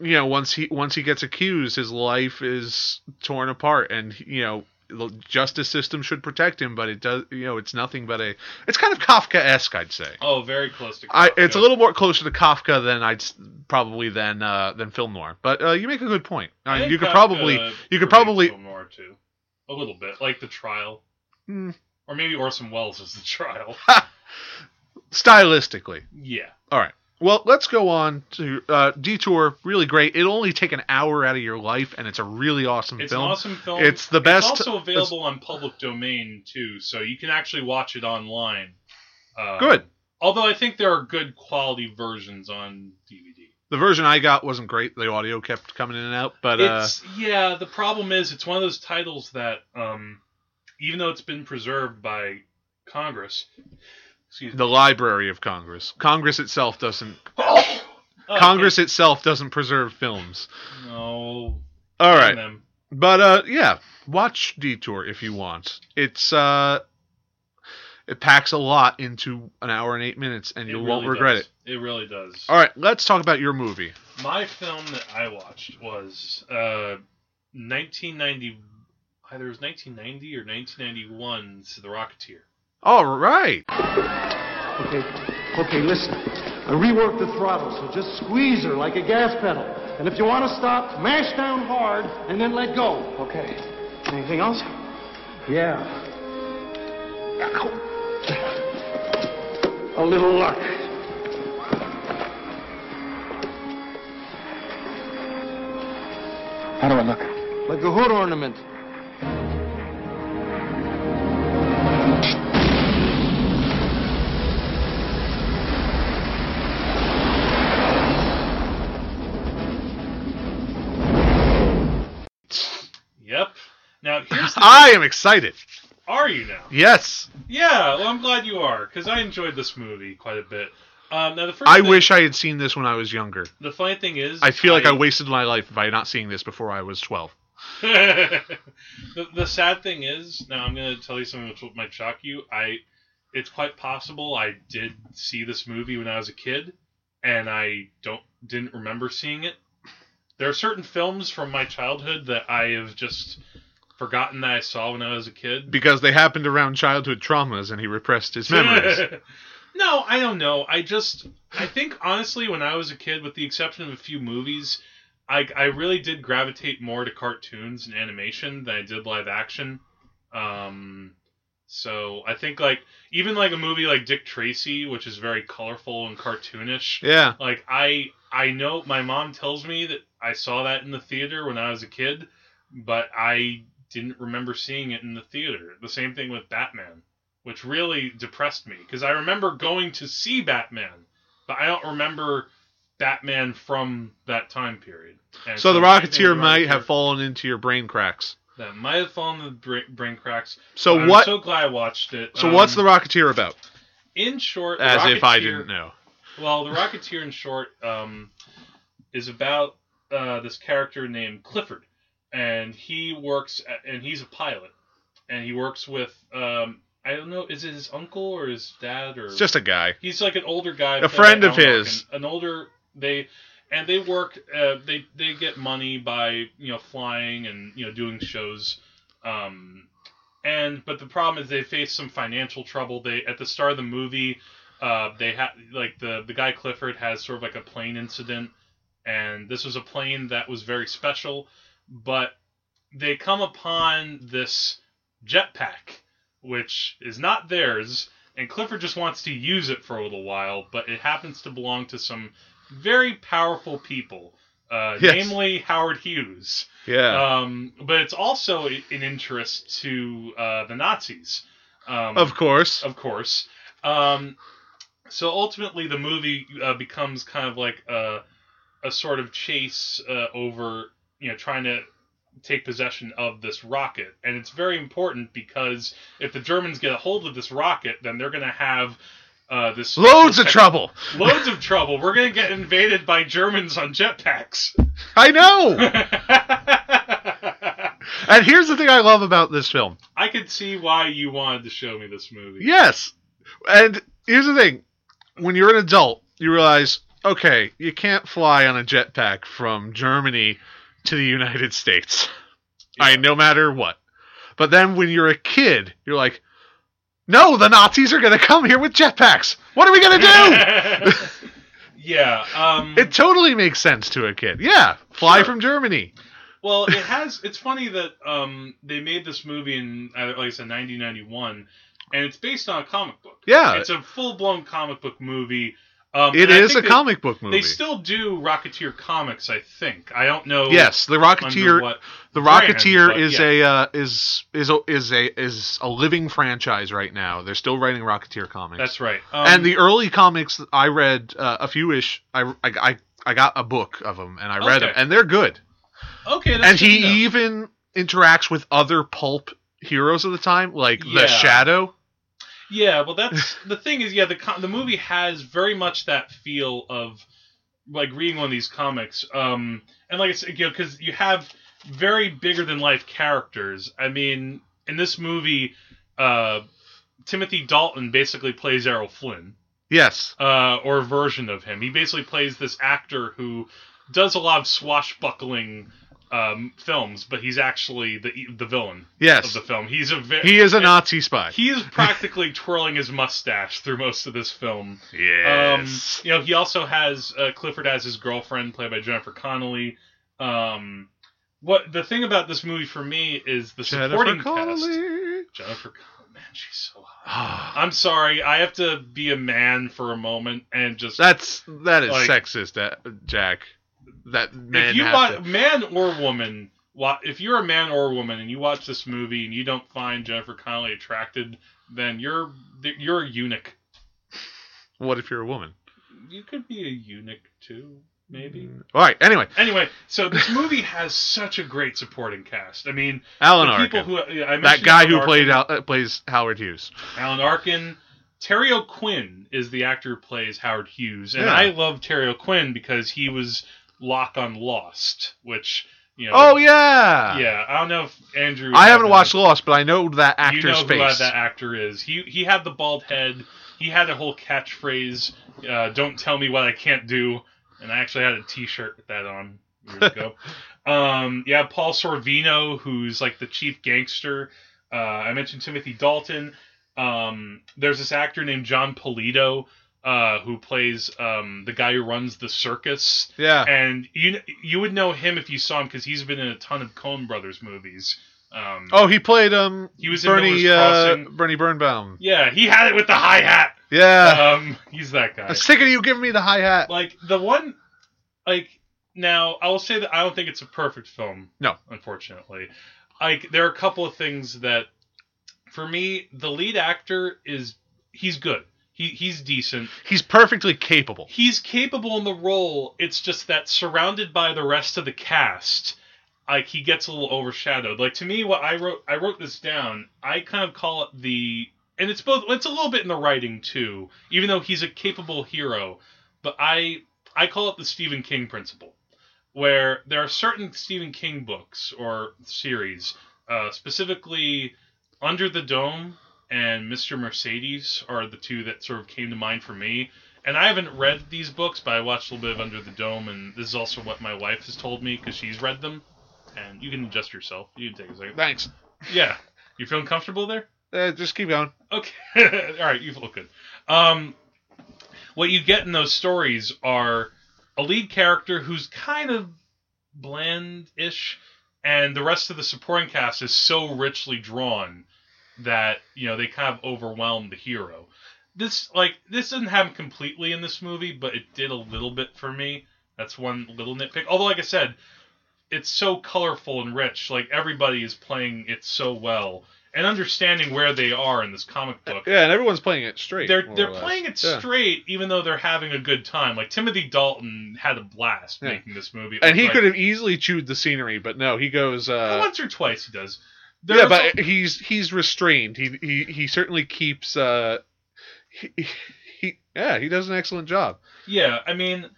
[SPEAKER 3] you know, once he once he gets accused, his life is torn apart and you know, the justice system should protect him, but it does you know, it's nothing but a it's kind of Kafka-esque, I'd say.
[SPEAKER 2] Oh, very close to.
[SPEAKER 3] I, it's
[SPEAKER 2] Kafka.
[SPEAKER 3] a little more closer to Kafka than I'd s- probably than uh, than film noir, but uh, you make a good point. I mean,
[SPEAKER 2] think
[SPEAKER 3] you could
[SPEAKER 2] Kafka
[SPEAKER 3] probably you could
[SPEAKER 2] creates
[SPEAKER 3] probably-
[SPEAKER 2] film noir too, a little bit like the trial,
[SPEAKER 3] Hmm.
[SPEAKER 2] or maybe Orson Welles is the trial. (laughs)
[SPEAKER 3] stylistically.
[SPEAKER 2] Yeah.
[SPEAKER 3] All right. Well, let's go on to uh, Detour. Really great. It'll only take an hour out of your life, and it's a really awesome
[SPEAKER 2] It's
[SPEAKER 3] film.
[SPEAKER 2] an awesome film.
[SPEAKER 3] It's the best.
[SPEAKER 2] It's also available on public domain too, so you can actually watch it online. Uh,
[SPEAKER 3] Good.
[SPEAKER 2] Although I think there are good quality versions on DVD.
[SPEAKER 3] The version I got wasn't great. The audio kept coming in and out, but uh,
[SPEAKER 2] it's yeah. The problem is it's one of those titles that, um, even though it's been preserved by Congress, excuse me,
[SPEAKER 3] the Library of Congress, Congress itself doesn't.
[SPEAKER 2] (coughs) Oh, okay.
[SPEAKER 3] Congress itself doesn't preserve films.
[SPEAKER 2] No.
[SPEAKER 3] All
[SPEAKER 2] damn
[SPEAKER 3] right.
[SPEAKER 2] them.
[SPEAKER 3] But uh yeah, watch Detour if you want. It's uh it packs a lot into an hour and 8 minutes and
[SPEAKER 2] It
[SPEAKER 3] you won't
[SPEAKER 2] really
[SPEAKER 3] regret
[SPEAKER 2] does.
[SPEAKER 3] it.
[SPEAKER 2] It really does.
[SPEAKER 3] All right, let's talk about your movie.
[SPEAKER 2] My film that I watched was uh, 1990. Either it was 1990 or 1991's The Rocketeer.
[SPEAKER 3] All right.
[SPEAKER 4] Okay, okay, listen. I reworked the throttle, so just squeeze her like a gas pedal. And if you want to stop, mash down hard and then let go. Okay. Anything else? Yeah. Ow. A little luck.
[SPEAKER 1] How do I look?
[SPEAKER 4] Like a hood ornament.
[SPEAKER 2] Yep. Now here's
[SPEAKER 3] (laughs)
[SPEAKER 2] the
[SPEAKER 3] I am excited.
[SPEAKER 2] are you now?
[SPEAKER 3] Yes.
[SPEAKER 2] Yeah. Well, I'm glad you are because I enjoyed this movie quite a bit. Um, now the first.
[SPEAKER 3] I
[SPEAKER 2] thing-
[SPEAKER 3] wish I had seen this when I was younger.
[SPEAKER 2] The funny thing is,
[SPEAKER 3] I feel like I wasted my life by not seeing this before I was 12.
[SPEAKER 2] the, the sad thing is, now I'm going to tell you something which might shock you. I, it's quite possible I did see this movie when I was a kid, and I don't didn't remember seeing it. There are certain films from my childhood that I have just forgotten that I saw when I was a kid.
[SPEAKER 3] Because they happened around childhood traumas and he repressed his
[SPEAKER 2] (laughs)
[SPEAKER 3] memories.
[SPEAKER 2] no, I don't know. I just I think honestly when I was a kid with the exception of a few movies, I I really did gravitate more to cartoons and animation than I did live action. Um so I think like even like a movie like Dick Tracy, which is very colorful and cartoonish,
[SPEAKER 3] yeah.
[SPEAKER 2] like I I know my mom tells me that I saw that in the theater when I was a kid, but I didn't remember seeing it in the theater. The same thing with Batman, which really depressed me because I remember going to see Batman, but I don't remember Batman from that time period. And
[SPEAKER 3] So the
[SPEAKER 2] same thing
[SPEAKER 3] Rocketeer
[SPEAKER 2] with
[SPEAKER 3] might
[SPEAKER 2] Rocketeer.
[SPEAKER 3] have fallen into your brain cracks.
[SPEAKER 2] that might have fallen in the bra- brain cracks.
[SPEAKER 3] So
[SPEAKER 2] I'm
[SPEAKER 3] what
[SPEAKER 2] So glad I watched it.
[SPEAKER 3] So what's the
[SPEAKER 2] Um,
[SPEAKER 3] Rocketeer about?
[SPEAKER 2] in short? The
[SPEAKER 3] As if I
[SPEAKER 2] Rocketeer-
[SPEAKER 3] didn't know.
[SPEAKER 2] Well, The Rocketeer, in short, um, is about uh, this character named Clifford, and he works at, and he's a pilot, and he works with um, I don't know, is it his uncle or his dad or
[SPEAKER 3] It's just a guy.
[SPEAKER 2] he's like an older guy,
[SPEAKER 3] A
[SPEAKER 2] played by
[SPEAKER 3] friend of
[SPEAKER 2] Alan Arkin,
[SPEAKER 3] his.
[SPEAKER 2] an older they. And they work. Uh, they they get money by you know flying and you know doing shows, um, and but the problem is they face some financial trouble. They at the start of the movie, uh, they had like the the guy Clifford has sort of like a plane incident, and this was a plane that was very special, but they come upon this jetpack, which is not theirs, and Clifford just wants to use it for a little while, but it happens to belong to some very powerful people, uh,
[SPEAKER 3] Yes.
[SPEAKER 2] namely Howard Hughes.
[SPEAKER 3] Yeah.
[SPEAKER 2] Um, but it's also i- an interest to uh, the Nazis. Um,
[SPEAKER 3] of course.
[SPEAKER 2] of course. Um, so ultimately, the movie uh, becomes kind of like a, a sort of chase uh, over, you know, trying to take possession of this rocket. And it's very important because if the Germans get a hold of this rocket, then they're going to have uh, this
[SPEAKER 3] Loads of trouble.
[SPEAKER 2] (laughs) Loads of trouble. We're going to get invaded by Germans on jetpacks. (laughs)
[SPEAKER 3] I know.
[SPEAKER 2] I
[SPEAKER 3] and here's the thing I love about this film.
[SPEAKER 2] could see why you wanted to show me this movie.
[SPEAKER 3] Yes. And here's the thing. When you're an adult, you realize, okay, you can't fly on a jetpack from Germany to the United States. I no matter what. But then when you're a kid, you're like, no, the Nazis are going to come here with jetpacks. What are we going to do?
[SPEAKER 2] (laughs) yeah. Um,
[SPEAKER 3] It totally makes sense to a kid. Yeah, fly
[SPEAKER 2] Sure.
[SPEAKER 3] from Germany. (laughs)
[SPEAKER 2] well, it has. It's funny that um, they made this movie in, uh, like I said, 1991, and it's based on a comic book.
[SPEAKER 3] Yeah.
[SPEAKER 2] It's a full blown comic book movie. Um,
[SPEAKER 3] It
[SPEAKER 2] and I
[SPEAKER 3] is a
[SPEAKER 2] think they-
[SPEAKER 3] comic book movie.
[SPEAKER 2] They still do Rocketeer comics, I think. I don't know.
[SPEAKER 3] yes, the
[SPEAKER 2] under
[SPEAKER 3] Rocketeer.
[SPEAKER 2] what-
[SPEAKER 3] The
[SPEAKER 2] brand,
[SPEAKER 3] Rocketeer
[SPEAKER 2] but
[SPEAKER 3] is
[SPEAKER 2] yeah.
[SPEAKER 3] a uh, is is a, is a is a living franchise right now. They're still writing Rocketeer comics.
[SPEAKER 2] That's right. Um,
[SPEAKER 3] and the early comics that I read uh, a few ish. I, I I I got a book of them and I read
[SPEAKER 2] Okay.
[SPEAKER 3] them and they're good.
[SPEAKER 2] Um, okay, that's
[SPEAKER 3] and
[SPEAKER 2] good
[SPEAKER 3] he
[SPEAKER 2] to know.
[SPEAKER 3] even interacts with other pulp heroes of the time, like
[SPEAKER 2] Yeah.
[SPEAKER 3] the Shadow.
[SPEAKER 2] Yeah, well,
[SPEAKER 3] (laughs)
[SPEAKER 2] that's the thing is, yeah, the co- the movie has very much that feel of like reading one of these comics, um, and like it's you know because you have very bigger than life characters. I mean, in this movie, uh, Timothy Dalton basically plays Errol Flynn,
[SPEAKER 3] Yes,
[SPEAKER 2] uh, or a version of him. He basically plays this actor who does a lot of swashbuckling. Um, films, but he's actually the e, the villain of
[SPEAKER 3] yes.
[SPEAKER 2] the film. He's a very
[SPEAKER 3] He is a Nazi spy.
[SPEAKER 2] he is practically (laughs) twirling his mustache through most of this film. Um, you know, he also has uh, Clifford as his girlfriend, played by Jennifer Connelly. Um, what the thing about this movie for me is the supporting
[SPEAKER 3] Jennifer
[SPEAKER 2] cast.
[SPEAKER 3] Connelly.
[SPEAKER 2] Jennifer Connelly, man, she's so hot. I'm sorry, I have to be a man for a moment and just
[SPEAKER 3] (sighs) That's that is
[SPEAKER 2] Like-
[SPEAKER 3] sexist, that, Jack. That man.
[SPEAKER 2] if you
[SPEAKER 3] have
[SPEAKER 2] watch
[SPEAKER 3] to-
[SPEAKER 2] man or woman wa- if you're a man or a woman and you watch this movie and you don't find jennifer connelly attracted then you're you're a eunuch
[SPEAKER 3] what if you're a woman?
[SPEAKER 2] you could be a eunuch too maybe
[SPEAKER 3] All right. Anyway,
[SPEAKER 2] anyway so this movie has such a great supporting cast i mean the
[SPEAKER 3] Alan Arkin,
[SPEAKER 2] people who yeah, I
[SPEAKER 3] that
[SPEAKER 2] mentioned
[SPEAKER 3] guy
[SPEAKER 2] Alan
[SPEAKER 3] who
[SPEAKER 2] Arkin.
[SPEAKER 3] played Al, uh, plays Howard Hughes.
[SPEAKER 2] alan arkin terry o'quinn is the actor who plays howard hughes and
[SPEAKER 3] Yeah.
[SPEAKER 2] i love terry o'quinn because he was locke on lost which you know
[SPEAKER 3] Oh yeah.
[SPEAKER 2] yeah i don't know if andrew
[SPEAKER 3] I haven't
[SPEAKER 2] had-
[SPEAKER 3] watched Lost, but I know that actor's
[SPEAKER 2] you know who
[SPEAKER 3] face.
[SPEAKER 2] that actor is. He he had the bald head. He had a whole catchphrase. Uh, Don't tell me what I can't do. And I actually had a T-shirt with that on years ago. Um, yeah, Paul Sorvino, who's like the chief gangster. Uh, I mentioned Timothy Dalton. Um, there's this actor named John Polito uh, who plays um, the guy who runs the circus
[SPEAKER 3] yeah.
[SPEAKER 2] and you you would know him if you saw him because he's been in a ton of Coen Brothers movies. Um,
[SPEAKER 3] Oh, he played um
[SPEAKER 2] He was in
[SPEAKER 3] Bernie
[SPEAKER 2] Miller's
[SPEAKER 3] uh,
[SPEAKER 2] Crossing.
[SPEAKER 3] Bernie Burnbaum.
[SPEAKER 2] yeah, he had it with the hi hat.
[SPEAKER 3] Yeah.
[SPEAKER 2] Um, he's that guy.
[SPEAKER 3] I'm sick of you giving me the hi hat.
[SPEAKER 2] Like the one, like now I will say that I don't think it's a perfect film.
[SPEAKER 3] No.
[SPEAKER 2] unfortunately, like there are a couple of things that, for me, the lead actor is he's good. He he's decent.
[SPEAKER 3] He's perfectly capable.
[SPEAKER 2] He's capable in the role. It's just that surrounded by the rest of the cast, like he gets a little overshadowed. Like to me, what I wrote, I wrote this down. I kind of call it the, and it's both. It's a little bit in the writing too. Even though he's a capable hero, but I I call it the Stephen King principle, where there are certain Stephen King books or series, uh, specifically Under the Dome and Mr. Mercedes are the two that sort of came to mind for me. And I haven't read these books, but I watched a little bit of Under the Dome, and this is also what my wife has told me because she's read them. And you can adjust yourself. You can take a second.
[SPEAKER 3] Thanks.
[SPEAKER 2] Yeah, you feeling comfortable there?
[SPEAKER 3] Uh, just keep going.
[SPEAKER 2] Okay. (laughs) All right, you look good. Um, what you get in those stories are a lead character who's kind of bland-ish, and the rest of the supporting cast is so richly drawn that you know they kind of overwhelm the hero. This like this doesn't happen completely in this movie, but it did a little bit for me. That's one little nitpick. Although, like I said, it's so colorful and rich. Like everybody is playing it so well, and understanding where they are in this comic book.
[SPEAKER 3] Yeah, and everyone's playing it straight.
[SPEAKER 2] They're
[SPEAKER 3] more
[SPEAKER 2] they're
[SPEAKER 3] or less.
[SPEAKER 2] playing it
[SPEAKER 3] Yeah.
[SPEAKER 2] straight, even though they're having a good time. Like Timothy Dalton had a blast
[SPEAKER 3] Yeah.
[SPEAKER 2] making this movie,
[SPEAKER 3] And he
[SPEAKER 2] Like,
[SPEAKER 3] could have easily chewed the scenery, but no, he goes. Uh,
[SPEAKER 2] once or twice he does. There's
[SPEAKER 3] yeah,
[SPEAKER 2] al-
[SPEAKER 3] but he's he's restrained. He he he certainly keeps. Uh, he, he- he yeah, he does an excellent job.
[SPEAKER 2] Yeah, I mean,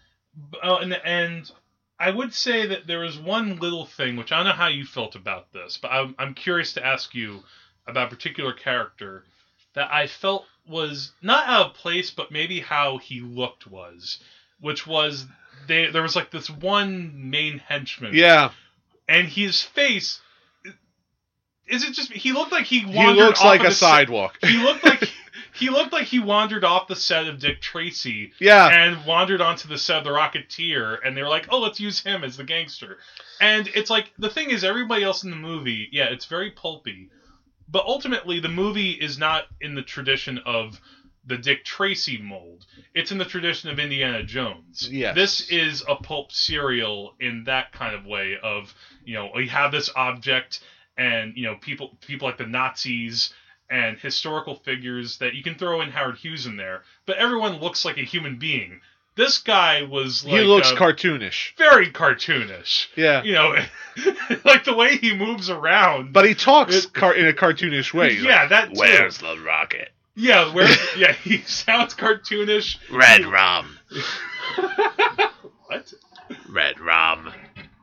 [SPEAKER 2] b- uh, and, and I would say that there was one little thing which I don't know how you felt about this, but I'm, I'm curious to ask you about a particular character that I felt was not out of place, but maybe how he looked was, which was they, there was like this one main henchman.
[SPEAKER 3] Yeah,
[SPEAKER 2] and his face. Is it just he looked like he
[SPEAKER 3] he
[SPEAKER 2] wandered
[SPEAKER 3] looks
[SPEAKER 2] off
[SPEAKER 3] like
[SPEAKER 2] of
[SPEAKER 3] a
[SPEAKER 2] the set-
[SPEAKER 3] sidewalk. (laughs)
[SPEAKER 2] He looked like he looked like he wandered off the set of Dick Tracy
[SPEAKER 3] yeah,
[SPEAKER 2] and wandered onto the set of the Rocketeer, and they were like, "Oh, let's use him as the gangster." And it's like the thing is, everybody else in the movie, yeah, it's very pulpy, but ultimately the movie is not in the tradition of the Dick Tracy mold. It's in the tradition of Indiana Jones.
[SPEAKER 3] Yes.
[SPEAKER 2] This is a pulp serial in that kind of way of, you know, we have this object and, you know, people people like the Nazis and historical figures that you can throw in Howard Hughes in there, but everyone looks like a human being. This guy was like
[SPEAKER 3] he looks
[SPEAKER 2] uh,
[SPEAKER 3] cartoonish.
[SPEAKER 2] very cartoonish.
[SPEAKER 3] Yeah.
[SPEAKER 2] You know, (laughs) like the way he moves around.
[SPEAKER 3] But he talks car- in a cartoonish way. He's
[SPEAKER 2] yeah, that
[SPEAKER 3] like,
[SPEAKER 2] too.
[SPEAKER 3] the rocket?
[SPEAKER 2] Yeah,
[SPEAKER 3] (laughs)
[SPEAKER 2] where? Yeah, he sounds cartoonish.
[SPEAKER 3] Red rum.
[SPEAKER 2] (laughs) What?
[SPEAKER 3] Red rum.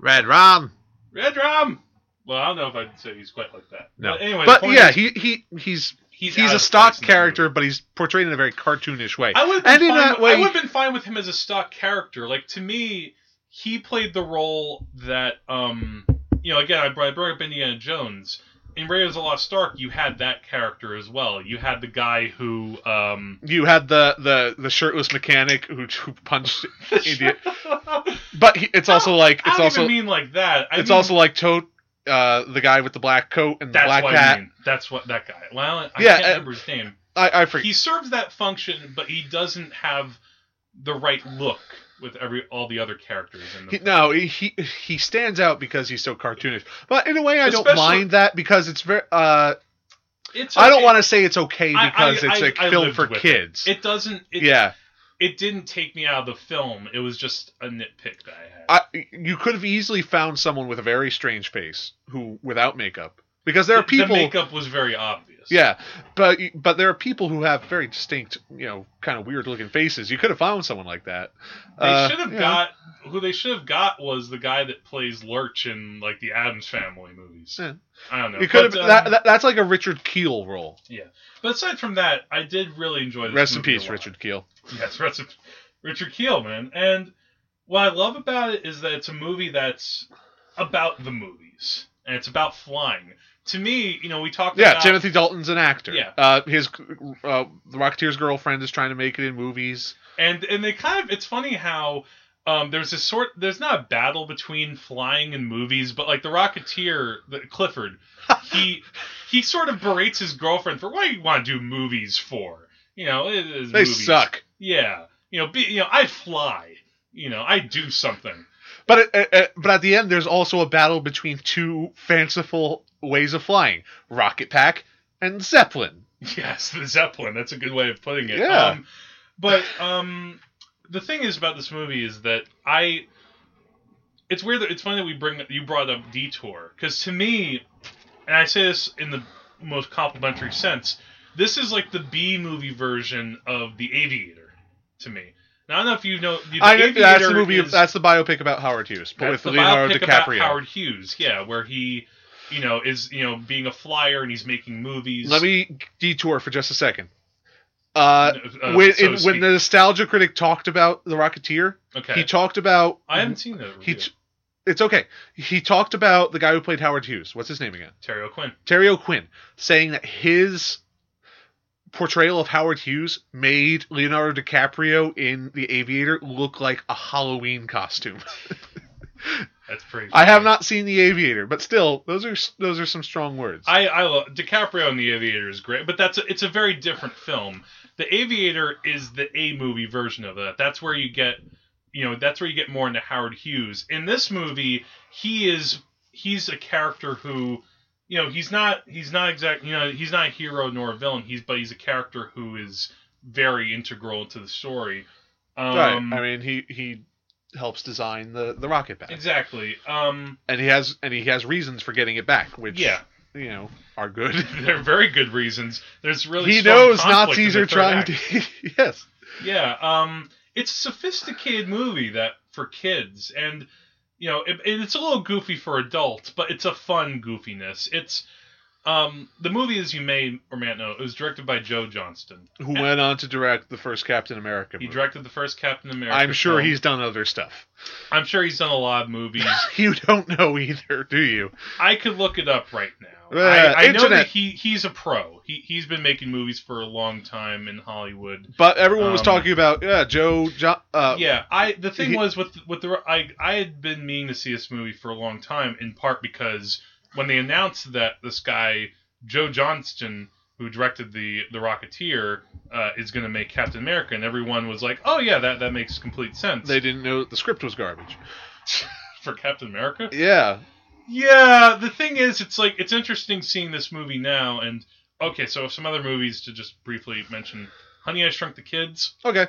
[SPEAKER 3] Red rum.
[SPEAKER 2] Red Rum. Well, I don't know if I'd say he's quite like that.
[SPEAKER 3] No.
[SPEAKER 2] But anyway, the
[SPEAKER 3] but
[SPEAKER 2] point
[SPEAKER 3] yeah,
[SPEAKER 2] is,
[SPEAKER 3] he, he he's
[SPEAKER 2] he's
[SPEAKER 3] he's,
[SPEAKER 2] out
[SPEAKER 3] a
[SPEAKER 2] of
[SPEAKER 3] stock
[SPEAKER 2] place in the
[SPEAKER 3] character,
[SPEAKER 2] movie.
[SPEAKER 3] but he's portrayed in a very cartoonish way.
[SPEAKER 2] I would have
[SPEAKER 3] and
[SPEAKER 2] been,
[SPEAKER 3] in
[SPEAKER 2] fine
[SPEAKER 3] that
[SPEAKER 2] with-
[SPEAKER 3] way,
[SPEAKER 2] I would've been fine with him as a stock character. Like to me, he played the role that um, you know, again, I brought, I brought up Indiana Jones. In Raiders of the Lost Ark, you had that character as well. You had the guy who um
[SPEAKER 3] you had the, the, the shirtless mechanic who, who punched idiot, but he, it's also like
[SPEAKER 2] I
[SPEAKER 3] it's
[SPEAKER 2] don't
[SPEAKER 3] also
[SPEAKER 2] even mean like that. I
[SPEAKER 3] it's
[SPEAKER 2] mean,
[SPEAKER 3] also like Tote, uh, the guy with the black coat and the
[SPEAKER 2] that's
[SPEAKER 3] black
[SPEAKER 2] what
[SPEAKER 3] hat.
[SPEAKER 2] I mean. That's what that guy. Well, I
[SPEAKER 3] Yeah,
[SPEAKER 2] can't
[SPEAKER 3] uh,
[SPEAKER 2] remember his name.
[SPEAKER 3] I, I forget.
[SPEAKER 2] He serves that function, but he doesn't have the right look with every all the other characters in the.
[SPEAKER 3] He, no, he, he he stands out because he's so cartoonish. But in a way, I don't
[SPEAKER 2] Especially-
[SPEAKER 3] mind that because it's very. Uh,
[SPEAKER 2] it's
[SPEAKER 3] I don't
[SPEAKER 2] okay.
[SPEAKER 3] want to say it's okay
[SPEAKER 2] I- I-
[SPEAKER 3] because
[SPEAKER 2] I-
[SPEAKER 3] it's a
[SPEAKER 2] I
[SPEAKER 3] film
[SPEAKER 2] lived
[SPEAKER 3] for
[SPEAKER 2] with it.
[SPEAKER 3] kids.
[SPEAKER 2] It doesn't. It,
[SPEAKER 3] yeah,
[SPEAKER 2] It didn't take me out of the film. It was just a nitpick that I had.
[SPEAKER 3] I, you could have easily found someone with a very strange face who without makeup because there are
[SPEAKER 2] The- The
[SPEAKER 3] people.
[SPEAKER 2] makeup was very obvious.
[SPEAKER 3] yeah, but but there are people who have very distinct, you know, kind of weird looking faces. You could have found someone like that.
[SPEAKER 2] They
[SPEAKER 3] Uh,
[SPEAKER 2] should have
[SPEAKER 3] yeah.
[SPEAKER 2] got who they should have got was the guy that plays Lurch in like the Adams Family movies.
[SPEAKER 3] Yeah.
[SPEAKER 2] I don't know.
[SPEAKER 3] You could have.
[SPEAKER 2] But, um,
[SPEAKER 3] that, that, that's like a Richard Keel role.
[SPEAKER 2] but aside from that, I did really enjoy this.
[SPEAKER 3] Rest in
[SPEAKER 2] movie a
[SPEAKER 3] peace,
[SPEAKER 2] lot.
[SPEAKER 3] Richard Keel.
[SPEAKER 2] (laughs) Yes, rest in Richard Keel, man. And what I love about it is that it's a movie that's about the movies, and it's about flying. To me, you know, we talked
[SPEAKER 3] Yeah,
[SPEAKER 2] about
[SPEAKER 3] Timothy Dalton's an actor.
[SPEAKER 2] Yeah.
[SPEAKER 3] Uh, his uh, the Rocketeer's girlfriend is trying to make it in movies.
[SPEAKER 2] and and they kind of it's funny how um, there's a sort there's not a battle between flying and movies, but like the Rocketeer, the
[SPEAKER 3] (laughs)
[SPEAKER 2] Clifford, he he sort of berates his girlfriend for what do you want to do movies for. You know, it is
[SPEAKER 3] They
[SPEAKER 2] movies.
[SPEAKER 3] suck.
[SPEAKER 2] Yeah, you know, be, you know, I fly. You know, I do something.
[SPEAKER 3] But it, it, it- but at the end, there's also a battle between two fanciful ways of flying: rocket pack and zeppelin.
[SPEAKER 2] (laughs) Yes, the Zeppelin. That's a good way of putting it.
[SPEAKER 3] Yeah.
[SPEAKER 2] Um, but um, the thing is about this movie is that I. It's weird. That, it's funny that we bring you brought up detour because to me, and I say this in the most complimentary sense, this is like the B movie version of The Aviator to me. Now I don't know if you know. The
[SPEAKER 3] I know that's the
[SPEAKER 2] Aviator
[SPEAKER 3] movie.
[SPEAKER 2] is-
[SPEAKER 3] that's the biopic about Howard Hughes, but
[SPEAKER 2] that's
[SPEAKER 3] with
[SPEAKER 2] the
[SPEAKER 3] Leonardo
[SPEAKER 2] biopic about
[SPEAKER 3] DiCaprio.
[SPEAKER 2] Howard Hughes, yeah, where he, you know, is you know being a flyer and he's making movies.
[SPEAKER 3] Let me detour for just a second. Uh,
[SPEAKER 2] uh,
[SPEAKER 3] when,
[SPEAKER 2] so
[SPEAKER 3] in-
[SPEAKER 2] to
[SPEAKER 3] when
[SPEAKER 2] speak.
[SPEAKER 3] the nostalgia critic talked about the Rocketeer,
[SPEAKER 2] okay.
[SPEAKER 3] he talked about
[SPEAKER 2] I haven't seen that. Review.
[SPEAKER 3] he. T- it's okay. He talked about the guy who played Howard Hughes. What's his name again?
[SPEAKER 2] Terry O'Quinn.
[SPEAKER 3] Terry O'Quinn saying that his portrayal of Howard Hughes made Leonardo DiCaprio in The Aviator look like a Halloween costume. (laughs)
[SPEAKER 2] That's pretty.
[SPEAKER 3] I have
[SPEAKER 2] funny.
[SPEAKER 3] not seen The Aviator, but still, those are those are some strong words.
[SPEAKER 2] I I love DiCaprio in The Aviator is great, but that's a, it's a very different film. The Aviator is the A movie version of that. That's where you get, you know, that's where you get more into Howard Hughes. In this movie, he is he's a character who, you know, he's not he's not exact, you know, he's not a hero nor a villain. He's but he's a character who is very integral to the story.
[SPEAKER 3] right.
[SPEAKER 2] Um,
[SPEAKER 3] I mean, he he helps design the the rocket pack,
[SPEAKER 2] exactly. Um,
[SPEAKER 3] and he has and he has reasons for getting it back, which
[SPEAKER 2] yeah.
[SPEAKER 3] you know are good.
[SPEAKER 2] (laughs) They're very good reasons. There's really
[SPEAKER 3] he
[SPEAKER 2] strong
[SPEAKER 3] knows
[SPEAKER 2] conflict
[SPEAKER 3] Nazis
[SPEAKER 2] in the
[SPEAKER 3] are
[SPEAKER 2] third
[SPEAKER 3] trying
[SPEAKER 2] act.
[SPEAKER 3] to. (laughs) yes.
[SPEAKER 2] Yeah, um, it's a sophisticated movie that for kids, and you know, it, it's a little goofy for adults, but it's a fun goofiness. It's um, the movie, as you may or may not know, it was directed by Joe Johnston.
[SPEAKER 3] Who went on to direct the first Captain America?
[SPEAKER 2] He
[SPEAKER 3] movie.
[SPEAKER 2] directed the first Captain America.
[SPEAKER 3] I'm sure
[SPEAKER 2] film.
[SPEAKER 3] he's done other stuff. (laughs)
[SPEAKER 2] I'm sure he's done a lot of movies.
[SPEAKER 3] you don't know either, do you?
[SPEAKER 2] I could look it up right now.
[SPEAKER 3] Uh,
[SPEAKER 2] I, I know
[SPEAKER 3] internet.
[SPEAKER 2] that he he's a pro. He he's been making movies for a long time in Hollywood.
[SPEAKER 3] But everyone was
[SPEAKER 2] Um,
[SPEAKER 3] talking about yeah, Joe. Jo- uh,
[SPEAKER 2] yeah, I the thing
[SPEAKER 3] he-
[SPEAKER 2] was with with the I I had been meaning to see this movie for a long time, in part because when they announced that this guy Joe Johnston who directed the the Rocketeer, uh, is going to make Captain America, and everyone was like, "Oh yeah, that that makes complete sense."
[SPEAKER 3] They didn't know that the script was garbage.
[SPEAKER 2] for Captain America.
[SPEAKER 3] Yeah.
[SPEAKER 2] Yeah, the thing is, it's like it's interesting seeing this movie now. And okay, so some other movies to just briefly mention: Honey, I Shrunk the Kids,
[SPEAKER 3] Okay.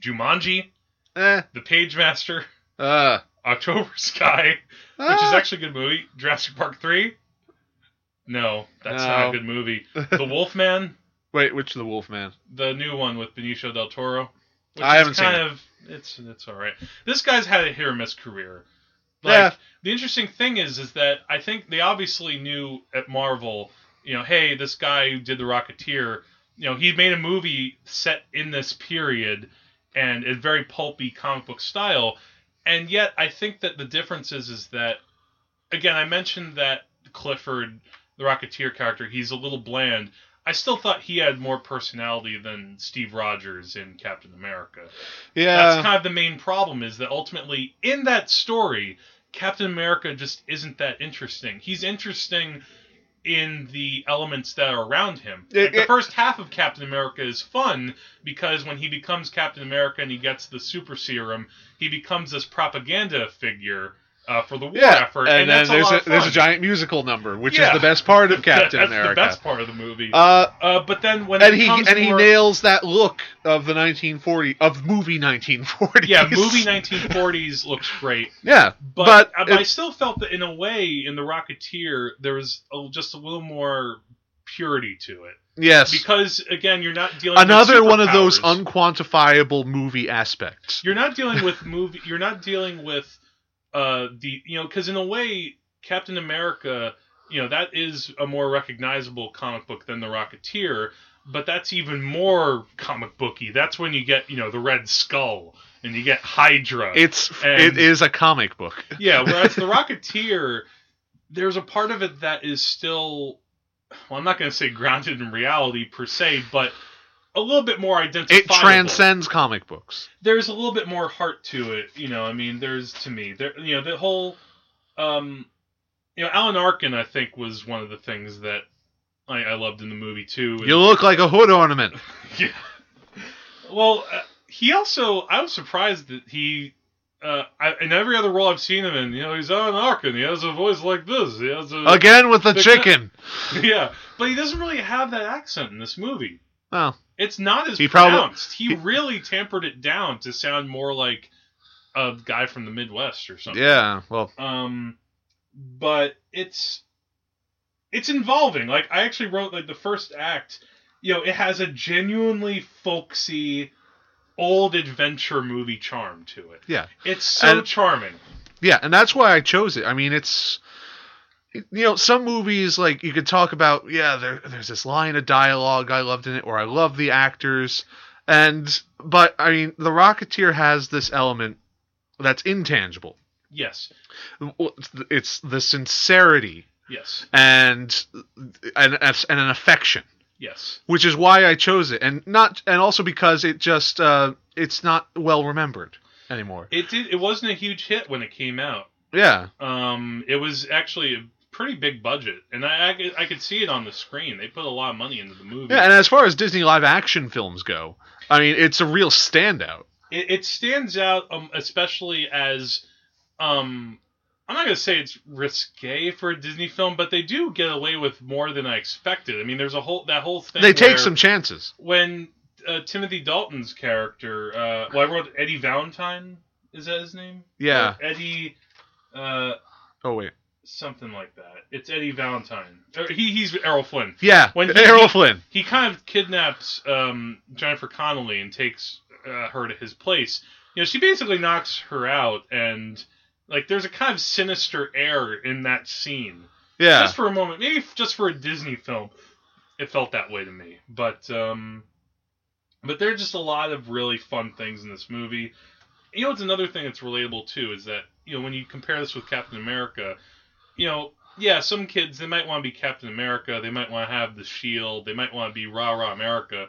[SPEAKER 2] Jumanji,
[SPEAKER 3] Eh.
[SPEAKER 2] The Page Master, (laughs)
[SPEAKER 3] Uh. ah.
[SPEAKER 2] October Sky, which is actually a good movie. Jurassic Park Three. No, that's not
[SPEAKER 3] No.
[SPEAKER 2] a good
[SPEAKER 3] (laughs)
[SPEAKER 2] movie. The Wolfman,
[SPEAKER 3] Wait, which of the Wolfman?
[SPEAKER 2] the new one with Benicio del Toro. Which
[SPEAKER 3] I
[SPEAKER 2] is
[SPEAKER 3] haven't seen
[SPEAKER 2] kind of it's it's all right. This guy's had a hit or miss career. Like
[SPEAKER 3] Yeah.
[SPEAKER 2] the interesting thing is is that I think they obviously knew at Marvel, you know, hey, this guy who did the Rocketeer, you know, he made a movie set in this period and in very pulpy comic book style. And yet I think that the difference is is that again, I mentioned that Clifford, the Rocketeer character, he's a little bland. I still thought he had more personality than Steve Rogers in Captain America
[SPEAKER 3] Yeah.
[SPEAKER 2] that's kind of the main problem is that ultimately in that story captain america just isn't that interesting he's interesting in the elements that are around him
[SPEAKER 3] It-
[SPEAKER 2] Like, the
[SPEAKER 3] it-
[SPEAKER 2] first half of captain america is fun because when he becomes captain america and he gets the super serum he becomes this propaganda figure uh, for the war
[SPEAKER 3] yeah.
[SPEAKER 2] effort
[SPEAKER 3] And,
[SPEAKER 2] and,
[SPEAKER 3] then
[SPEAKER 2] that's
[SPEAKER 3] there's
[SPEAKER 2] a, lot
[SPEAKER 3] a,
[SPEAKER 2] of fun.
[SPEAKER 3] there's a giant musical number, which
[SPEAKER 2] Yeah.
[SPEAKER 3] is the
[SPEAKER 2] (laughs)
[SPEAKER 3] best part of Captain
[SPEAKER 2] that's
[SPEAKER 3] America.
[SPEAKER 2] the best part of the movie
[SPEAKER 3] Uh.
[SPEAKER 2] uh, but then when
[SPEAKER 3] And
[SPEAKER 2] it
[SPEAKER 3] he
[SPEAKER 2] becomes
[SPEAKER 3] and he
[SPEAKER 2] more-
[SPEAKER 3] nails that look of the 1940 of movie 1940. (laughs)
[SPEAKER 2] yeah movie 1940s looks great
[SPEAKER 3] Yeah,
[SPEAKER 2] but,
[SPEAKER 3] but,
[SPEAKER 2] I-
[SPEAKER 3] it-
[SPEAKER 2] I still felt that in a way in the Rocketeer there was a, just a little more purity to it
[SPEAKER 3] yes,
[SPEAKER 2] because again you're not dealing
[SPEAKER 3] another
[SPEAKER 2] with
[SPEAKER 3] one of those
[SPEAKER 2] superpowers.
[SPEAKER 3] unquantifiable movie aspects.
[SPEAKER 2] you're not dealing with movie you're not dealing with uh the you know because in a way Captain America you know that is a more recognizable comic book than the Rocketeer but that's even more comic booky that's when you get you know the Red Skull and you get Hydra
[SPEAKER 3] It's
[SPEAKER 2] And-
[SPEAKER 3] it is a comic book.
[SPEAKER 2] yeah, whereas the Rocketeer, there's a part of it that is still, well, I'm not going to say grounded in reality per se, but a little bit more
[SPEAKER 3] It
[SPEAKER 2] identifiable.
[SPEAKER 3] transcends comic books.
[SPEAKER 2] There's a little bit more heart to it, you know. I mean, there's to me, there, you know, the whole, um, you know, Alan Arkin, I think, was one of the things that I, I loved in the movie too. and-
[SPEAKER 3] You look like a hood ornament.
[SPEAKER 2] yeah. Well, uh, he also I was surprised that he uh, I, in every other role I've seen him in, you know, he's Alan Arkin. He has a voice like this. He has a
[SPEAKER 3] Again with the
[SPEAKER 2] They're
[SPEAKER 3] chicken.
[SPEAKER 2] (laughs) yeah, but he doesn't really have that accent in this movie.
[SPEAKER 3] Well,
[SPEAKER 2] It's not as
[SPEAKER 3] He probably-
[SPEAKER 2] pronounced. he really tampered it down to sound more like a guy from the Midwest or something.
[SPEAKER 3] yeah. Well,
[SPEAKER 2] Um, but it's it's involving. Like I actually wrote like the first act. You know, it has a genuinely folksy, old adventure movie charm to it.
[SPEAKER 3] Yeah.
[SPEAKER 2] it's so
[SPEAKER 3] And-
[SPEAKER 2] charming.
[SPEAKER 3] yeah, and that's why I chose it. I mean, it's you know, some movies like you could talk about, yeah, there, there's this line of dialogue I loved in it, or I love the actors, and but I mean, The Rocketeer has this element that's intangible.
[SPEAKER 2] Yes,
[SPEAKER 3] It's the sincerity
[SPEAKER 2] yes,
[SPEAKER 3] and and and an affection,
[SPEAKER 2] yes.
[SPEAKER 3] which is why I chose it, and not and also because it just uh, it's not well remembered anymore.
[SPEAKER 2] It did. It wasn't a huge hit when it came out.
[SPEAKER 3] Yeah,
[SPEAKER 2] Um, it was actually a pretty big budget, and I I, could- I could see it on the screen. They put a lot of money into the movie.
[SPEAKER 3] yeah, and as far as Disney live action films go, I mean, it's a real standout.
[SPEAKER 2] it, it stands out um, especially as um i'm not going to say it's risque for a disney film but they do get away with more than i expected i mean there's a whole that whole thing
[SPEAKER 3] They take
[SPEAKER 2] where
[SPEAKER 3] some chances.
[SPEAKER 2] when uh, timothy dalton's character uh, well i wrote eddie valentine is that his name
[SPEAKER 3] Yeah.
[SPEAKER 2] Or eddie uh,
[SPEAKER 3] Oh wait,
[SPEAKER 2] something like that it's eddie valentine Or he, he's errol flynn
[SPEAKER 3] yeah, (laughs)
[SPEAKER 2] When he-
[SPEAKER 3] Errol Flynn.
[SPEAKER 2] he kind of kidnaps um, Jennifer Connolly and takes uh, her to his place. You know, she basically knocks her out, and like there's a kind of sinister air in that scene.
[SPEAKER 3] Yeah,
[SPEAKER 2] Just for a moment, maybe f- just for a Disney film, it felt that way to me. But um, but there are just a lot of really fun things in this movie. You know, it's another thing that's relatable too is that you know when you compare this with Captain America, you know, yeah, some kids they might want to be Captain America, they might want to have the shield, they might want to be rah rah America,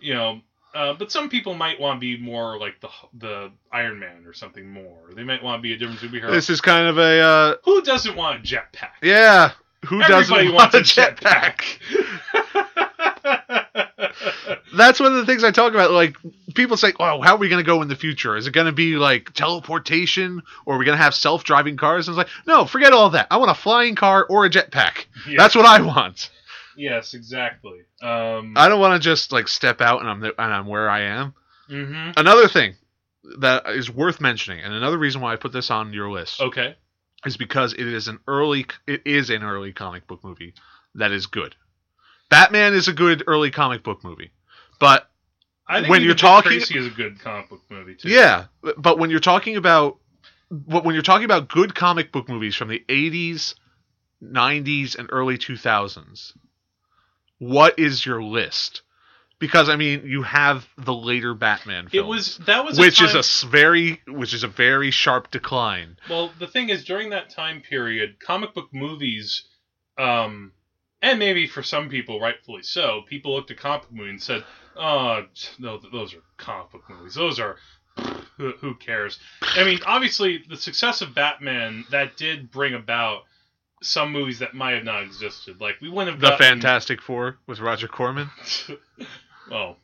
[SPEAKER 2] you know. Uh, but some people might want to be more like the the Iron Man or something more. They might want to be a different superhero.
[SPEAKER 3] this is kind of a uh,
[SPEAKER 2] Who doesn't want a jetpack?
[SPEAKER 3] yeah. Who
[SPEAKER 2] Everybody
[SPEAKER 3] doesn't
[SPEAKER 2] wants (laughs)
[SPEAKER 3] want
[SPEAKER 2] a jetpack.
[SPEAKER 3] that's one of the things I talk about. Like people say, "Oh, how are we going to go in the future? Is it going to be like teleportation, or are we going to have self-driving cars?" And it's like, no, forget all that. I want a flying car or a jetpack.
[SPEAKER 2] Yeah.
[SPEAKER 3] That's what I want.
[SPEAKER 2] Yes, exactly. Um,
[SPEAKER 3] I don't want to just like step out and I'm the, and I'm where I am.
[SPEAKER 2] mhm.
[SPEAKER 3] Another thing that is worth mentioning, and another reason why I put this on your list
[SPEAKER 2] Okay.
[SPEAKER 3] is because it is an early it is an early comic book movie that is good. Batman is a good early comic book movie. But
[SPEAKER 2] I think
[SPEAKER 3] When
[SPEAKER 2] even
[SPEAKER 3] you're
[SPEAKER 2] Dick
[SPEAKER 3] talking-
[SPEAKER 2] Tracy is a good comic book movie too.
[SPEAKER 3] yeah, but- but when you're talking about but when you're talking about good comic book movies from the 80s, 90s and early 2000s, what is your list? Because I mean, you have the later Batman
[SPEAKER 2] It
[SPEAKER 3] films,
[SPEAKER 2] was that was a
[SPEAKER 3] which is
[SPEAKER 2] time-
[SPEAKER 3] a s- very which is a very sharp decline.
[SPEAKER 2] Well, the thing is, during that time period, comic book movies, um, and maybe for some people, rightfully so, people looked at comic book movies and said, "Oh, t- no, th- those are comic book movies. Those are who, who cares." I mean, obviously, the success of Batman that did bring about some movies that might have not existed. Like we wouldn't have
[SPEAKER 3] The
[SPEAKER 2] gotten-
[SPEAKER 3] Fantastic Four with Roger Corman.
[SPEAKER 2] oh,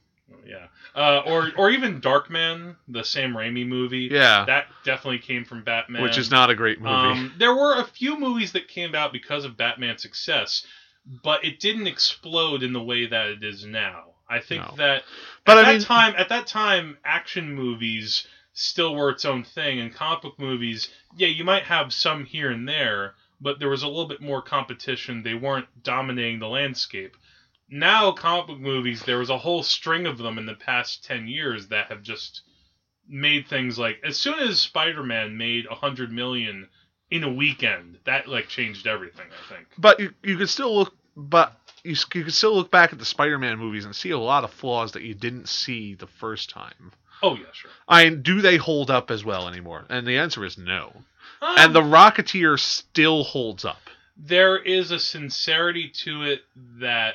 [SPEAKER 2] yeah, uh, or or even Darkman, the Sam Raimi movie.
[SPEAKER 3] Yeah.
[SPEAKER 2] That definitely came from Batman,
[SPEAKER 3] which is not a great movie.
[SPEAKER 2] Um, there were a few movies that came out because of Batman's success, but it didn't explode in the way that it is now. I think
[SPEAKER 3] No.
[SPEAKER 2] that
[SPEAKER 3] But
[SPEAKER 2] at
[SPEAKER 3] I
[SPEAKER 2] that
[SPEAKER 3] mean-
[SPEAKER 2] time, at that time, action movies still were its own thing, and comic book movies, yeah, you might have some here and there, but there was a little bit more competition. They weren't dominating the landscape. Now, comic book movies, there was a whole string of them in the past ten years that have just made things like as soon as Spider-Man made a hundred million in a weekend, that like changed everything. I think.
[SPEAKER 3] but you, you could still look, but you, s- you could still look back at the Spider-Man movies and see a lot of flaws that you didn't see the first time.
[SPEAKER 2] Oh yeah, sure.
[SPEAKER 3] I mean, do they hold up as well anymore? And the answer is no.
[SPEAKER 2] Um,
[SPEAKER 3] And the Rocketeer still holds up.
[SPEAKER 2] there is a sincerity to it that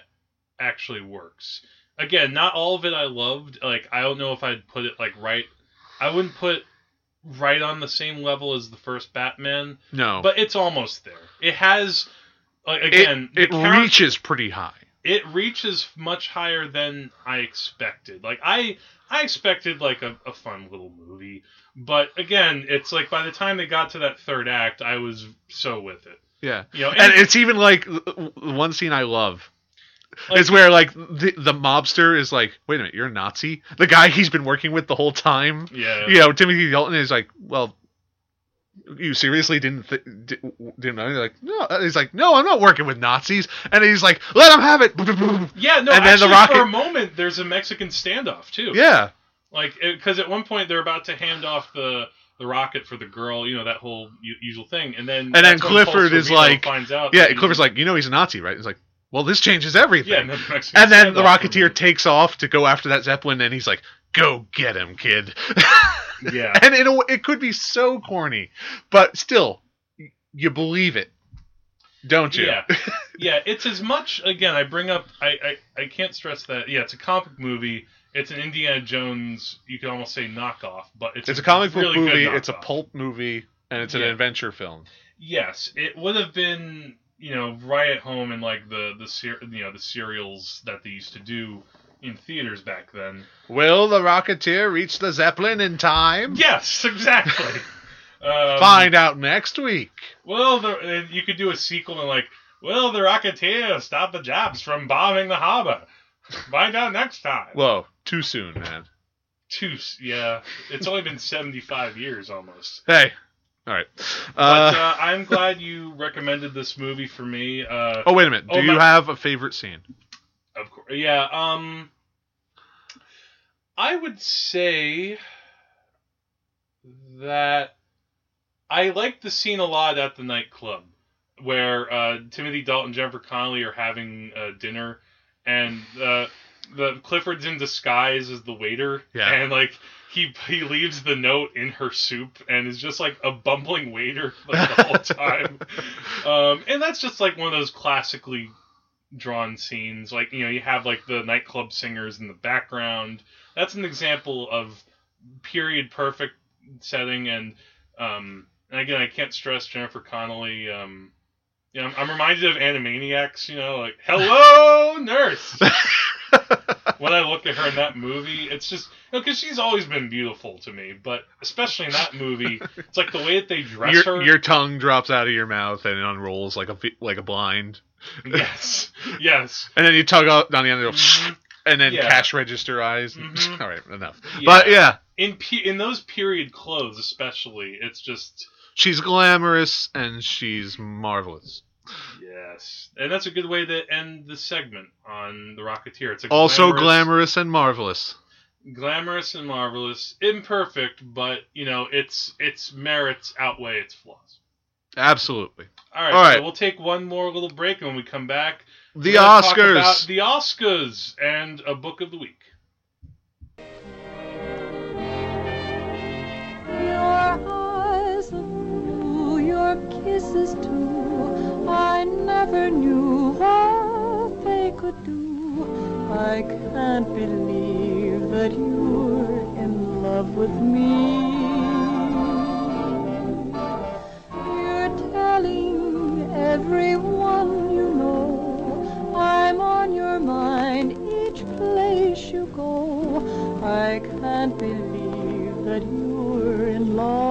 [SPEAKER 2] actually works. Again, not all of it I loved. Like I don't know if I'd put it like right. I wouldn't put right on the same level as the first Batman,
[SPEAKER 3] No,
[SPEAKER 2] but it's almost there. It has like
[SPEAKER 3] Oh. it,
[SPEAKER 2] again the
[SPEAKER 3] it
[SPEAKER 2] character-
[SPEAKER 3] reaches pretty high.
[SPEAKER 2] it reaches much higher than I expected. Like I I expected like a, a fun little movie. But again, it's like by the time they got to that third act, I was so with it.
[SPEAKER 3] Yeah,
[SPEAKER 2] You know,
[SPEAKER 3] and it's even like the- the one scene I love.
[SPEAKER 2] Like-
[SPEAKER 3] is where like the, the mobster is like, wait a minute, you're a Nazi. The guy he's been working with the whole time.
[SPEAKER 2] yeah.
[SPEAKER 3] you know, Timothy Dalton is like, well, you seriously didn't th- di- didn't know? He's like, no. And He's like, no, I'm not working with Nazis. And he's like, let them have it. (laughs)
[SPEAKER 2] Yeah, no,
[SPEAKER 3] And then the
[SPEAKER 2] actually,
[SPEAKER 3] rocket-
[SPEAKER 2] for a moment, there's a Mexican standoff too.
[SPEAKER 3] yeah,
[SPEAKER 2] like because at one point they're about to hand off the the rocket for the girl, you know that whole u- usual thing, and then
[SPEAKER 3] then
[SPEAKER 2] that's when Paul
[SPEAKER 3] Clifford is
[SPEAKER 2] Sorvino
[SPEAKER 3] like-
[SPEAKER 2] finds out,
[SPEAKER 3] yeah.
[SPEAKER 2] that
[SPEAKER 3] Clifford's like, you know, he's a Nazi, right? He's like, well, this changes everything.
[SPEAKER 2] yeah, and then the, Mexican
[SPEAKER 3] and then the
[SPEAKER 2] standoff for a
[SPEAKER 3] Rocketeer takes off to go after that Zeppelin, and he's like, go get him, kid. (laughs)
[SPEAKER 2] minute. yeah,
[SPEAKER 3] and in a, w- it could be so corny, but still, y- you believe it, don't you?
[SPEAKER 2] Yeah. yeah, it's as much again, I bring up I, I, I can't stress that yeah, it's a comic movie. It's an Indiana Jones you could almost say knockoff, but it's,
[SPEAKER 3] It's a comic book
[SPEAKER 2] really good
[SPEAKER 3] movie. It's a
[SPEAKER 2] knockoff.
[SPEAKER 3] pulp movie, and it's an
[SPEAKER 2] Yeah.
[SPEAKER 3] adventure film.
[SPEAKER 2] Yes, it would have been you know right at home in like the the ser- you know the serials that they used to do in theaters back then.
[SPEAKER 3] Will the Rocketeer reach the Zeppelin in time?
[SPEAKER 2] Yes, (laughs) exactly. um,
[SPEAKER 3] Find out next week.
[SPEAKER 2] Well, the, uh, you could do a sequel and like, well, the Rocketeer stopped the Japs from bombing the harbor. (laughs) Find out next time.
[SPEAKER 3] Whoa, too soon, man.
[SPEAKER 2] Two, s- yeah. It's only been 75 years almost.
[SPEAKER 3] Hey, all right. (laughs) Uh,
[SPEAKER 2] But uh, I'm glad you recommended this movie for me. Uh,
[SPEAKER 3] oh, wait a minute.
[SPEAKER 2] oh,
[SPEAKER 3] Do you
[SPEAKER 2] my-
[SPEAKER 3] have a favorite scene?
[SPEAKER 2] Of course, yeah. Um, I would say that I like the scene a lot at the nightclub where uh, Timothy Dalton and Jennifer Connelly are having uh, dinner, and uh, the Clifford's in disguise as the waiter,
[SPEAKER 3] Yeah.
[SPEAKER 2] and like. He, he leaves the note in her soup and is just like a bumbling waiter (laughs) like, the whole time. Um, and that's just like one of those classically drawn scenes. Like, you know, you have like the nightclub singers in the background. That's an example of period perfect setting. And, um, and again, I can't stress Jennifer Connelly. Um, you know, I'm, I'm reminded of Animaniacs, you know, like, hello, nurse. when when I look at her in that movie, it's just because she's always been beautiful to me, but especially in that movie, it's like the way that they dress
[SPEAKER 3] Your,
[SPEAKER 2] her.
[SPEAKER 3] your tongue drops out of your mouth and it unrolls like a fi- like a blind,
[SPEAKER 2] (laughs) Yes, yes.
[SPEAKER 3] and then you tug out down the end, it'll and then
[SPEAKER 2] Mm-hmm. Yeah.
[SPEAKER 3] cash register eyes. (laughs)
[SPEAKER 2] Mhm.
[SPEAKER 3] All right, enough. But yeah,
[SPEAKER 2] in pe- in those period clothes, especially, it's just
[SPEAKER 3] she's glamorous and she's marvelous.
[SPEAKER 2] yes, and that's a good way to end the segment on the Rocketeer. It's a
[SPEAKER 3] Also glamorous and marvelous.
[SPEAKER 2] glamorous and marvelous, imperfect, but you know its its merits outweigh its flaws.
[SPEAKER 3] Absolutely.
[SPEAKER 2] All right,
[SPEAKER 3] All right.
[SPEAKER 2] so we'll take one more little break, and when we come back,
[SPEAKER 3] The
[SPEAKER 2] we're gonna talk about
[SPEAKER 3] Oscars.
[SPEAKER 2] the Oscars, and a book of the week.
[SPEAKER 5] Your eyes of blue, your kisses too. I never knew what they could do. I can't believe that you're in love with me. You're telling everyone you know I'm on your mind each place you go. I can't believe that you're in love.